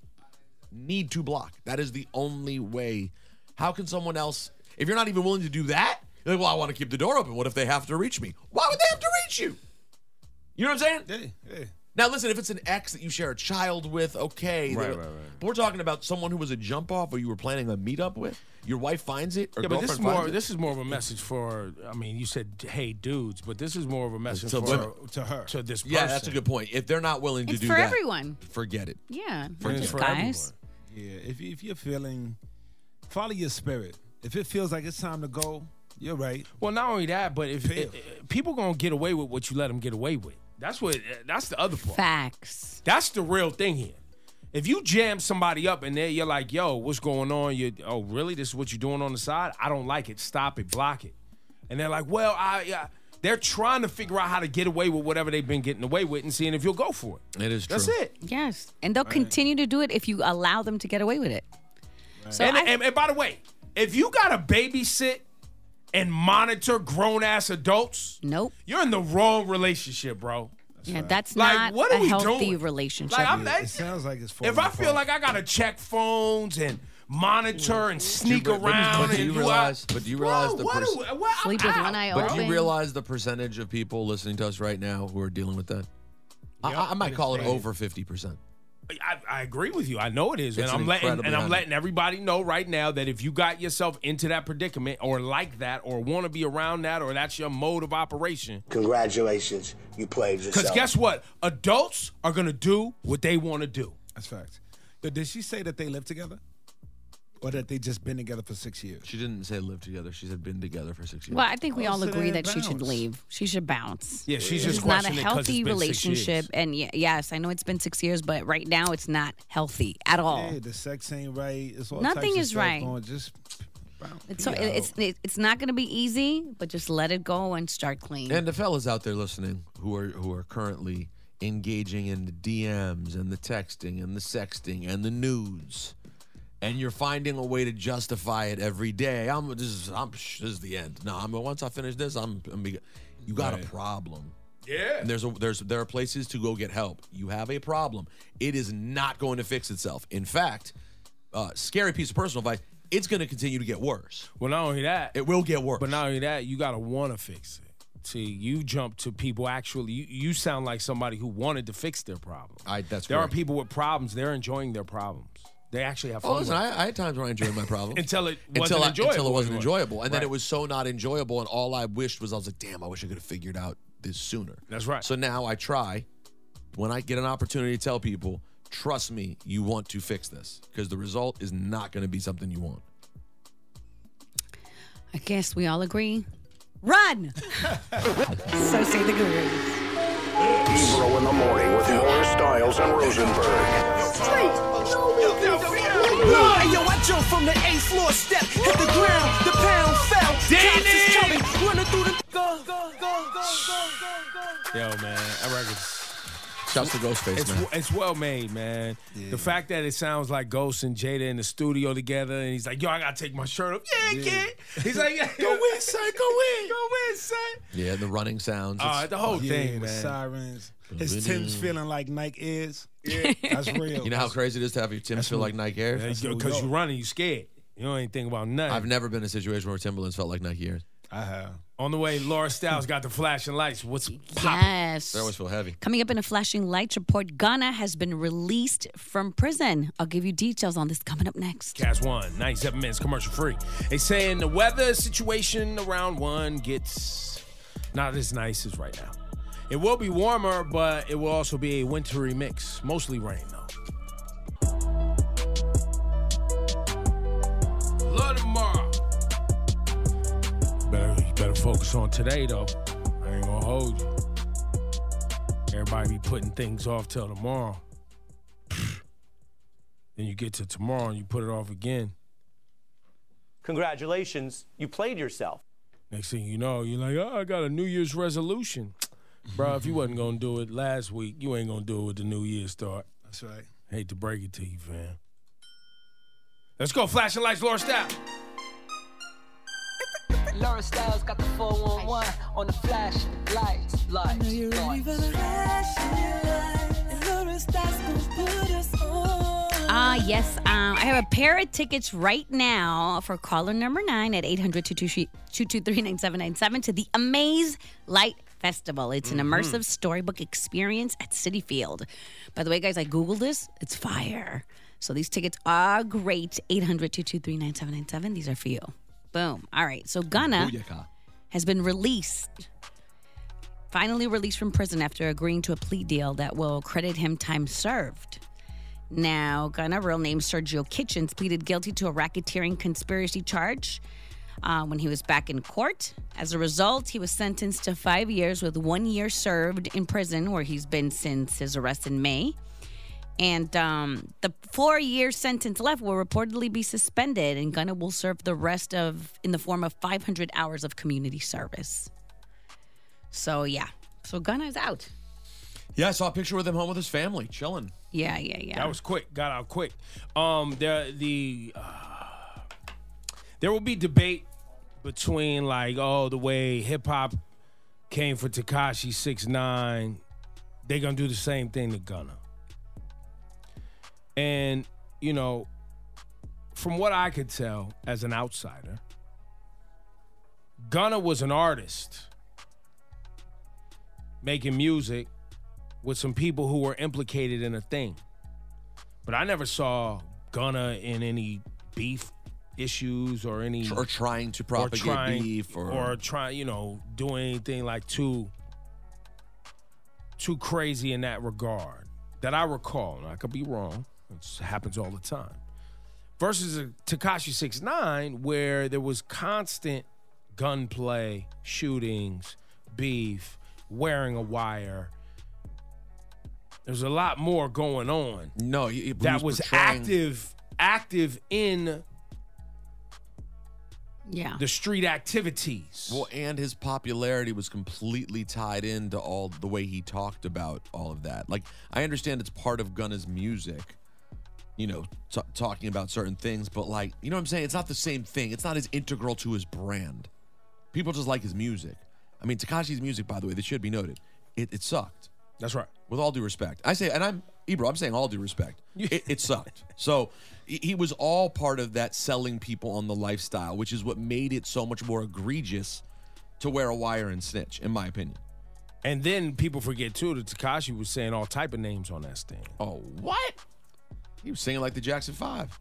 Speaker 10: Need to block. That is the only way. How can someone else? If you're not even willing to do that, you're like, well, I want to keep the door open. What if they have to reach me? Why would they have to reach you? You know what I'm saying? Now listen, if it's an ex that you share a child with, okay.
Speaker 1: Right,
Speaker 10: they're-
Speaker 1: right, right.
Speaker 10: But we're talking about someone who was a jump off or you were planning a meetup with. Your wife finds it or
Speaker 1: Yeah, but
Speaker 10: girlfriend
Speaker 1: this is
Speaker 10: finds
Speaker 1: more.
Speaker 10: it.
Speaker 1: This is more of a message for. I mean, you said, "Hey, dudes," but this is more of a message
Speaker 10: To
Speaker 1: for
Speaker 10: women.
Speaker 1: to her to this. Person.
Speaker 10: Yeah, that's a good point. If they're not willing to
Speaker 4: It's
Speaker 10: do
Speaker 4: for
Speaker 10: that,
Speaker 4: everyone.
Speaker 10: forget it.
Speaker 4: Yeah.
Speaker 10: For
Speaker 4: Just
Speaker 10: everyone.
Speaker 4: guys.
Speaker 8: Yeah, if, you- if you're feeling, follow your spirit. If it feels like it's time to go, you're right.
Speaker 1: Well, not only that, but if
Speaker 8: Pill.
Speaker 1: i- i- people gonna get away with what you let them get away with, that's what. eh, That's the other part.
Speaker 4: Facts.
Speaker 1: That's the real thing here. If you jam somebody up and then you're like, "Yo, what's going on? You oh really? This is what you're doing on the side? I don't like it. Stop it. Block it." And they're like, "Well, I." Yeah. They're trying to figure out how to get away with whatever they've been getting away with and seeing if you'll go for it.
Speaker 10: It is
Speaker 1: That's
Speaker 10: true.
Speaker 1: it.
Speaker 4: Yes. And they'll continue to do it if you allow them to get away with it. So
Speaker 1: and,
Speaker 4: I-
Speaker 1: and- and by the way, if you got to babysit and monitor grown ass adults,
Speaker 4: nope,
Speaker 1: you're in the wrong relationship, bro.
Speaker 4: yeah, that's
Speaker 1: Like,
Speaker 4: not
Speaker 1: what are
Speaker 4: a
Speaker 1: we
Speaker 4: healthy
Speaker 1: doing?
Speaker 4: relationship.
Speaker 1: Like, I'm not-
Speaker 8: It sounds like it's
Speaker 1: If I feel like I gotta check phones and monitor and sneak
Speaker 10: But- but-
Speaker 1: around
Speaker 10: but do
Speaker 1: and
Speaker 10: you
Speaker 1: do
Speaker 10: realize?
Speaker 1: I-
Speaker 10: But do you realize
Speaker 1: Bro,
Speaker 10: the
Speaker 1: what
Speaker 10: pers-
Speaker 1: do- what- I'm
Speaker 4: Sleep with
Speaker 1: out.
Speaker 4: one eye
Speaker 10: But do
Speaker 4: open.
Speaker 10: you realize the percentage of people listening to us right now who are dealing with that? I- I, I might call it over fifty percent.
Speaker 1: I, I agree with you. I know it is,
Speaker 10: It's
Speaker 1: and I'm
Speaker 10: an
Speaker 1: letting
Speaker 10: incredible
Speaker 1: and I'm
Speaker 10: number.
Speaker 1: letting everybody know right now that if you got yourself into that predicament or like that or want to be around that or that's your mode of operation,
Speaker 6: Congratulations, you played yourself.
Speaker 1: because guess what? Adults are gonna do what they want to do.
Speaker 8: That's facts. Yo, did she say that they live together? Or that they just been together for six years?
Speaker 10: She didn't say live together. She said been together for six years.
Speaker 4: Well, I think we
Speaker 8: Oh,
Speaker 4: all
Speaker 8: so
Speaker 4: agree
Speaker 8: then
Speaker 4: that she should
Speaker 8: bounce.
Speaker 4: leave. She should bounce.
Speaker 1: Yeah, she's
Speaker 4: This
Speaker 1: just
Speaker 4: is not a
Speaker 1: questioning it 'cause it's
Speaker 4: healthy
Speaker 1: been six years.
Speaker 4: relationship, and y- yes, I know it's been six years, but right now it's not healthy at all.
Speaker 8: Yeah, the sex ain't right. It's all
Speaker 4: Nothing
Speaker 8: types of
Speaker 4: is
Speaker 8: stuff
Speaker 4: right.
Speaker 8: Going. Just
Speaker 4: It's so it's it's it's not going to be easy, but just let it go and start clean.
Speaker 1: uh,
Speaker 10: And the fellas out there listening who are who are currently engaging in the DMs and the texting and the sexting and the nudes, and you're finding a way to justify it every day. I'm this is I'm this is the end. No, I'm once I finish this, I'm, I'm be- you got a problem.
Speaker 1: Yeah.
Speaker 10: And there's a, there's there are places to go get help. You have a problem. It is not going to fix itself. In fact, uh, scary piece of personal advice. It's going to continue to get worse.
Speaker 1: Well, not only that,
Speaker 10: it will get worse.
Speaker 1: But not only that, you gotta want to fix it. See, you jump to people actually. You, you sound like somebody who wanted to fix their problem.
Speaker 10: I that's
Speaker 1: there
Speaker 10: correct.
Speaker 1: are people with problems. They're enjoying their problems. They actually have fun.
Speaker 10: Oh, listen,
Speaker 1: with it.
Speaker 10: I, I had times when I enjoyed my problem
Speaker 1: [LAUGHS] Until it
Speaker 10: until
Speaker 1: wasn't
Speaker 10: I,
Speaker 1: enjoyable
Speaker 10: until it wasn't
Speaker 1: anymore.
Speaker 10: enjoyable, and then
Speaker 1: Right.
Speaker 10: it was so not enjoyable, and all I wished was I was like, damn, I wish I could have figured out this sooner.
Speaker 1: That's right.
Speaker 10: So now I try. When I get an opportunity to tell people, trust me, you want to fix this because the result is not going to be something you want.
Speaker 4: I guess we all agree. Run. so say the guru.
Speaker 2: Ebro in the morning with Moore, Styles, and Rosenberg.
Speaker 5: Hey, yo, I jumped from the eighth floor step, hit the ground, the pound fell. Cops is coming, running through the. Go, go, go, go, go, go.
Speaker 1: Yo, man, that record's.
Speaker 10: Shouts to Ghostface,
Speaker 1: it's,
Speaker 10: man.
Speaker 1: It's well made, man. The fact that it sounds like Ghost and Jada in the studio together, and he's like, "Yo, I gotta take my shirt off."
Speaker 8: [LAUGHS]
Speaker 1: Yeah, kid. He's like, "Go in, son. Go in. Go in, son."
Speaker 10: Yeah, the running sounds.
Speaker 1: Uh,
Speaker 10: it's-
Speaker 1: the whole
Speaker 8: yeah,
Speaker 1: thing,
Speaker 8: the
Speaker 1: man.
Speaker 8: sirens. His Tim's feeling like Nike is. Yeah, that's real.
Speaker 10: [LAUGHS] You know how crazy it is to have your Tim's feel like Nike Air?
Speaker 1: Because you running, you scared. You don't even think about nothing.
Speaker 10: I've never been in a situation where Timberlands felt like Nike Airs.
Speaker 8: I have.
Speaker 1: On the way, Laura Styles got the flashing lights. What's popping?
Speaker 4: Yes.
Speaker 10: They always feel heavy.
Speaker 4: Coming up in a flashing lights report, Ghana has been released from prison. I'll give you details on this coming up next.
Speaker 1: Cast One, 97 minutes, commercial free. They saying the weather situation around one gets not as nice as right now. It will be warmer, but it will also be a wintry mix. Mostly rain, though. Love tomorrow. Better, you better focus on today, though. I ain't gonna hold you. Everybody be putting things off till tomorrow. Then you get to tomorrow and you put it off again.
Speaker 9: Congratulations, you played yourself.
Speaker 1: Next thing you know, you're like, oh, I got a New Year's resolution. Bro, if you wasn't gonna do it last week, you ain't gonna do it with the New Year start.
Speaker 8: That's right.
Speaker 1: Hate to break it to you, fam. Let's go, flashing lights, Laura Stapp.
Speaker 22: Lauren Styles got the 411 on the flash lights, lights,
Speaker 4: Ah, yes. Um, I have a pair of tickets right now for caller number nine at 800 223 9797 to the Amaze Light Festival. It's an
Speaker 23: Mhm.
Speaker 4: immersive storybook experience at City Field. By the way, guys, I Googled this. It's fire. So these tickets are great. 800 223 9797. These are for you. Boom. All right. So
Speaker 1: Oh,
Speaker 4: Ghana has been released. Finally released from prison after agreeing to a plea deal that will credit him time served. Now, Ghana real name Sergio Kitchens pleaded guilty to a racketeering conspiracy charge uh, when he was back in court. As a result, he was sentenced to five years with one year served in prison, where he's been since his arrest in May. And um, the four year sentence left will reportedly be suspended, and Ghana will serve the rest of in the form of 500 hours of community service. So, yeah. So, Ghana is out.
Speaker 10: Yeah, I saw a picture with him home with his family, chilling.
Speaker 4: Yeah, yeah, yeah.
Speaker 1: That was quick. Got out quick. Um, there the uh, there will be debate between like oh the way hip hop came for Takashi six nine, they gonna do the same thing to Gunna. And you know, from what I could tell as an outsider, Gunna was an artist making music with some people who were implicated in a thing. But I never saw Gunna in any beef issues or any
Speaker 10: Or trying to propagate
Speaker 1: trying-
Speaker 10: beef or-
Speaker 1: or trying, you know, doing anything like too too crazy in that regard that I recall. And I could be wrong. It happens all the time. Versus Takashi 69 where there was constant gunplay, shootings, beef, wearing a wire. There's a lot more going on.
Speaker 10: No,
Speaker 1: that was
Speaker 10: portraying-
Speaker 1: active active in
Speaker 4: Yeah.
Speaker 1: the street activities.
Speaker 10: Well, and his popularity was completely tied into all the way he talked about all of that. Like, I understand it's part of Gunna's music, you know, t- talking about certain things, but like, you know what I'm saying? It's not the same thing. It's not as integral to his brand. People just like his music. I mean, Takashi's music, by the way, that should be noted, it, it sucked.
Speaker 1: That's right.
Speaker 10: With all due respect, I say, and I'm Ebro. I'm saying all due
Speaker 1: [LAUGHS]
Speaker 10: respect. It, it sucked. So he he was all part of that selling people on the lifestyle, which is what made it so much more egregious to wear a wire and snitch, in my opinion.
Speaker 1: And then people forget too that Takashi was saying all type of names on that stand.
Speaker 10: Oh, what? He was singing like the Jackson Five.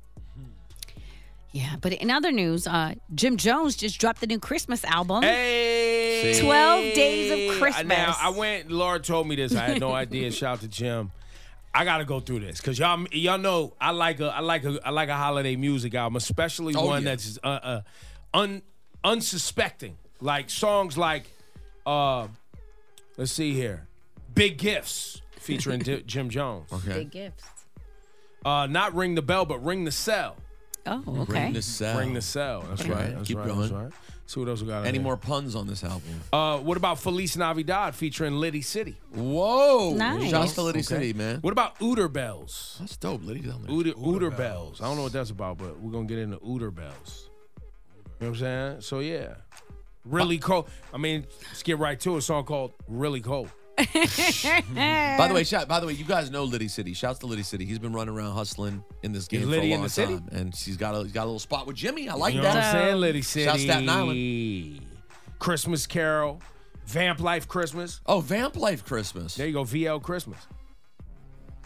Speaker 4: Yeah, but in other news, uh, Jim Jones just dropped the new Christmas album.
Speaker 1: Hey,
Speaker 4: 12 Days of Christmas.
Speaker 1: Now I went. Laura told me this. I had no idea. [LAUGHS] Shout to Jim. I gotta go through this because y'all y'all know I like a I like a I like a holiday music album, especially
Speaker 10: Oh,
Speaker 1: one
Speaker 10: yeah.
Speaker 1: that's uh, uh un unsuspecting. Like songs like uh let's see here, Big Gifts
Speaker 10: [LAUGHS]
Speaker 1: featuring Di- Jim Jones.
Speaker 4: Big gifts.
Speaker 1: Uh, not ring the bell, but ring the cell.
Speaker 4: Oh,
Speaker 10: okay. Ring the cell.
Speaker 1: Ring the cell. That's
Speaker 10: Okay.
Speaker 1: right. That's
Speaker 10: Keep
Speaker 1: right.
Speaker 10: going.
Speaker 1: That's right. See what else we got.
Speaker 10: Any
Speaker 1: here.
Speaker 10: more puns on this album?
Speaker 1: Uh, what about Feliz Navidad featuring Liddy City?
Speaker 10: Whoa!
Speaker 4: Nice.
Speaker 10: Shouts to Liddy City, man.
Speaker 1: What about Ooter Bells?
Speaker 10: That's dope, Liddy down there.
Speaker 1: Ooter, Ooter Bells. I don't know what that's about, but we're gonna get into Ooter Bells. You know what I'm saying? So yeah, really cold. I mean, let's get right to a song called "Really Cold."
Speaker 10: By the way, shout, by the way, you guys know Liddy City. Shouts to Liddy City. He's been running around hustling in this game
Speaker 1: Liddy
Speaker 10: for a
Speaker 1: in
Speaker 10: long
Speaker 1: the city?
Speaker 10: time, and she's got a, he's got a little spot with Jimmy. I like
Speaker 1: you know
Speaker 10: that.
Speaker 1: What I'm saying, Liddy City.
Speaker 10: Shout Staten Island.
Speaker 1: Christmas Carol, Vamp Life Christmas.
Speaker 10: Oh, Vamp Life Christmas. There
Speaker 1: you go, VL Christmas.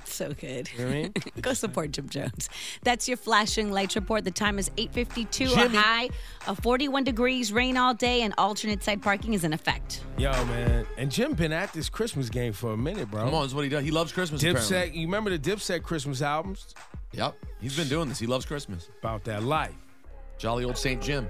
Speaker 4: So good.
Speaker 1: You know what
Speaker 10: [LAUGHS]
Speaker 1: I mean?
Speaker 4: [LAUGHS] Go support Jim Jones. That's your flashing lights report. The time is 8:52.
Speaker 1: Jimmy.
Speaker 4: A high of 41 degrees, rain all day, and alternate side parking is in effect.
Speaker 1: Yo, man. And Jim been at this Christmas game for a minute, bro.
Speaker 10: Come on, that's what he does. He loves Christmas.
Speaker 1: Dipset,
Speaker 10: apparently.
Speaker 1: you remember the Dipset Christmas albums?
Speaker 10: Yep, he's been doing this. He loves Christmas.
Speaker 1: About that life.
Speaker 10: Jolly old Saint Jim.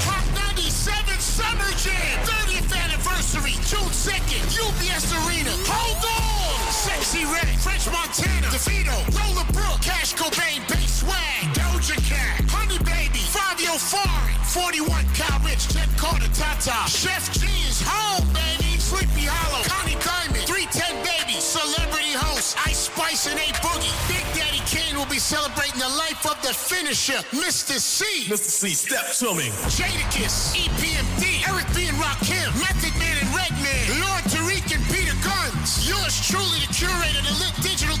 Speaker 13: Hot 97 Summer Jam, 30th anniversary, June 2nd, UBS Arena. Hold on! Sexy Red, French Montana, DeVito, Roller Brook, Cash Cobain, Bass Swag, Doja Cat, Honey Baby, Fabio Fari, 41 Cal Rich, Jet Carter, Tata, Chef G is home, baby, Sleepy Hollow, Connie Diamond, 310 Baby, Celebrity Host, Ice Spice and A Boogie. Big Daddy Kane will be celebrating the life of the finisher, Mr. C. E Mr. C, step to me. Jadakiss, EPMD, Eric B. and Rakim, Method Man and Redman, Lord Tariq and Peter Guns. Yours truly, the curator, the lit digital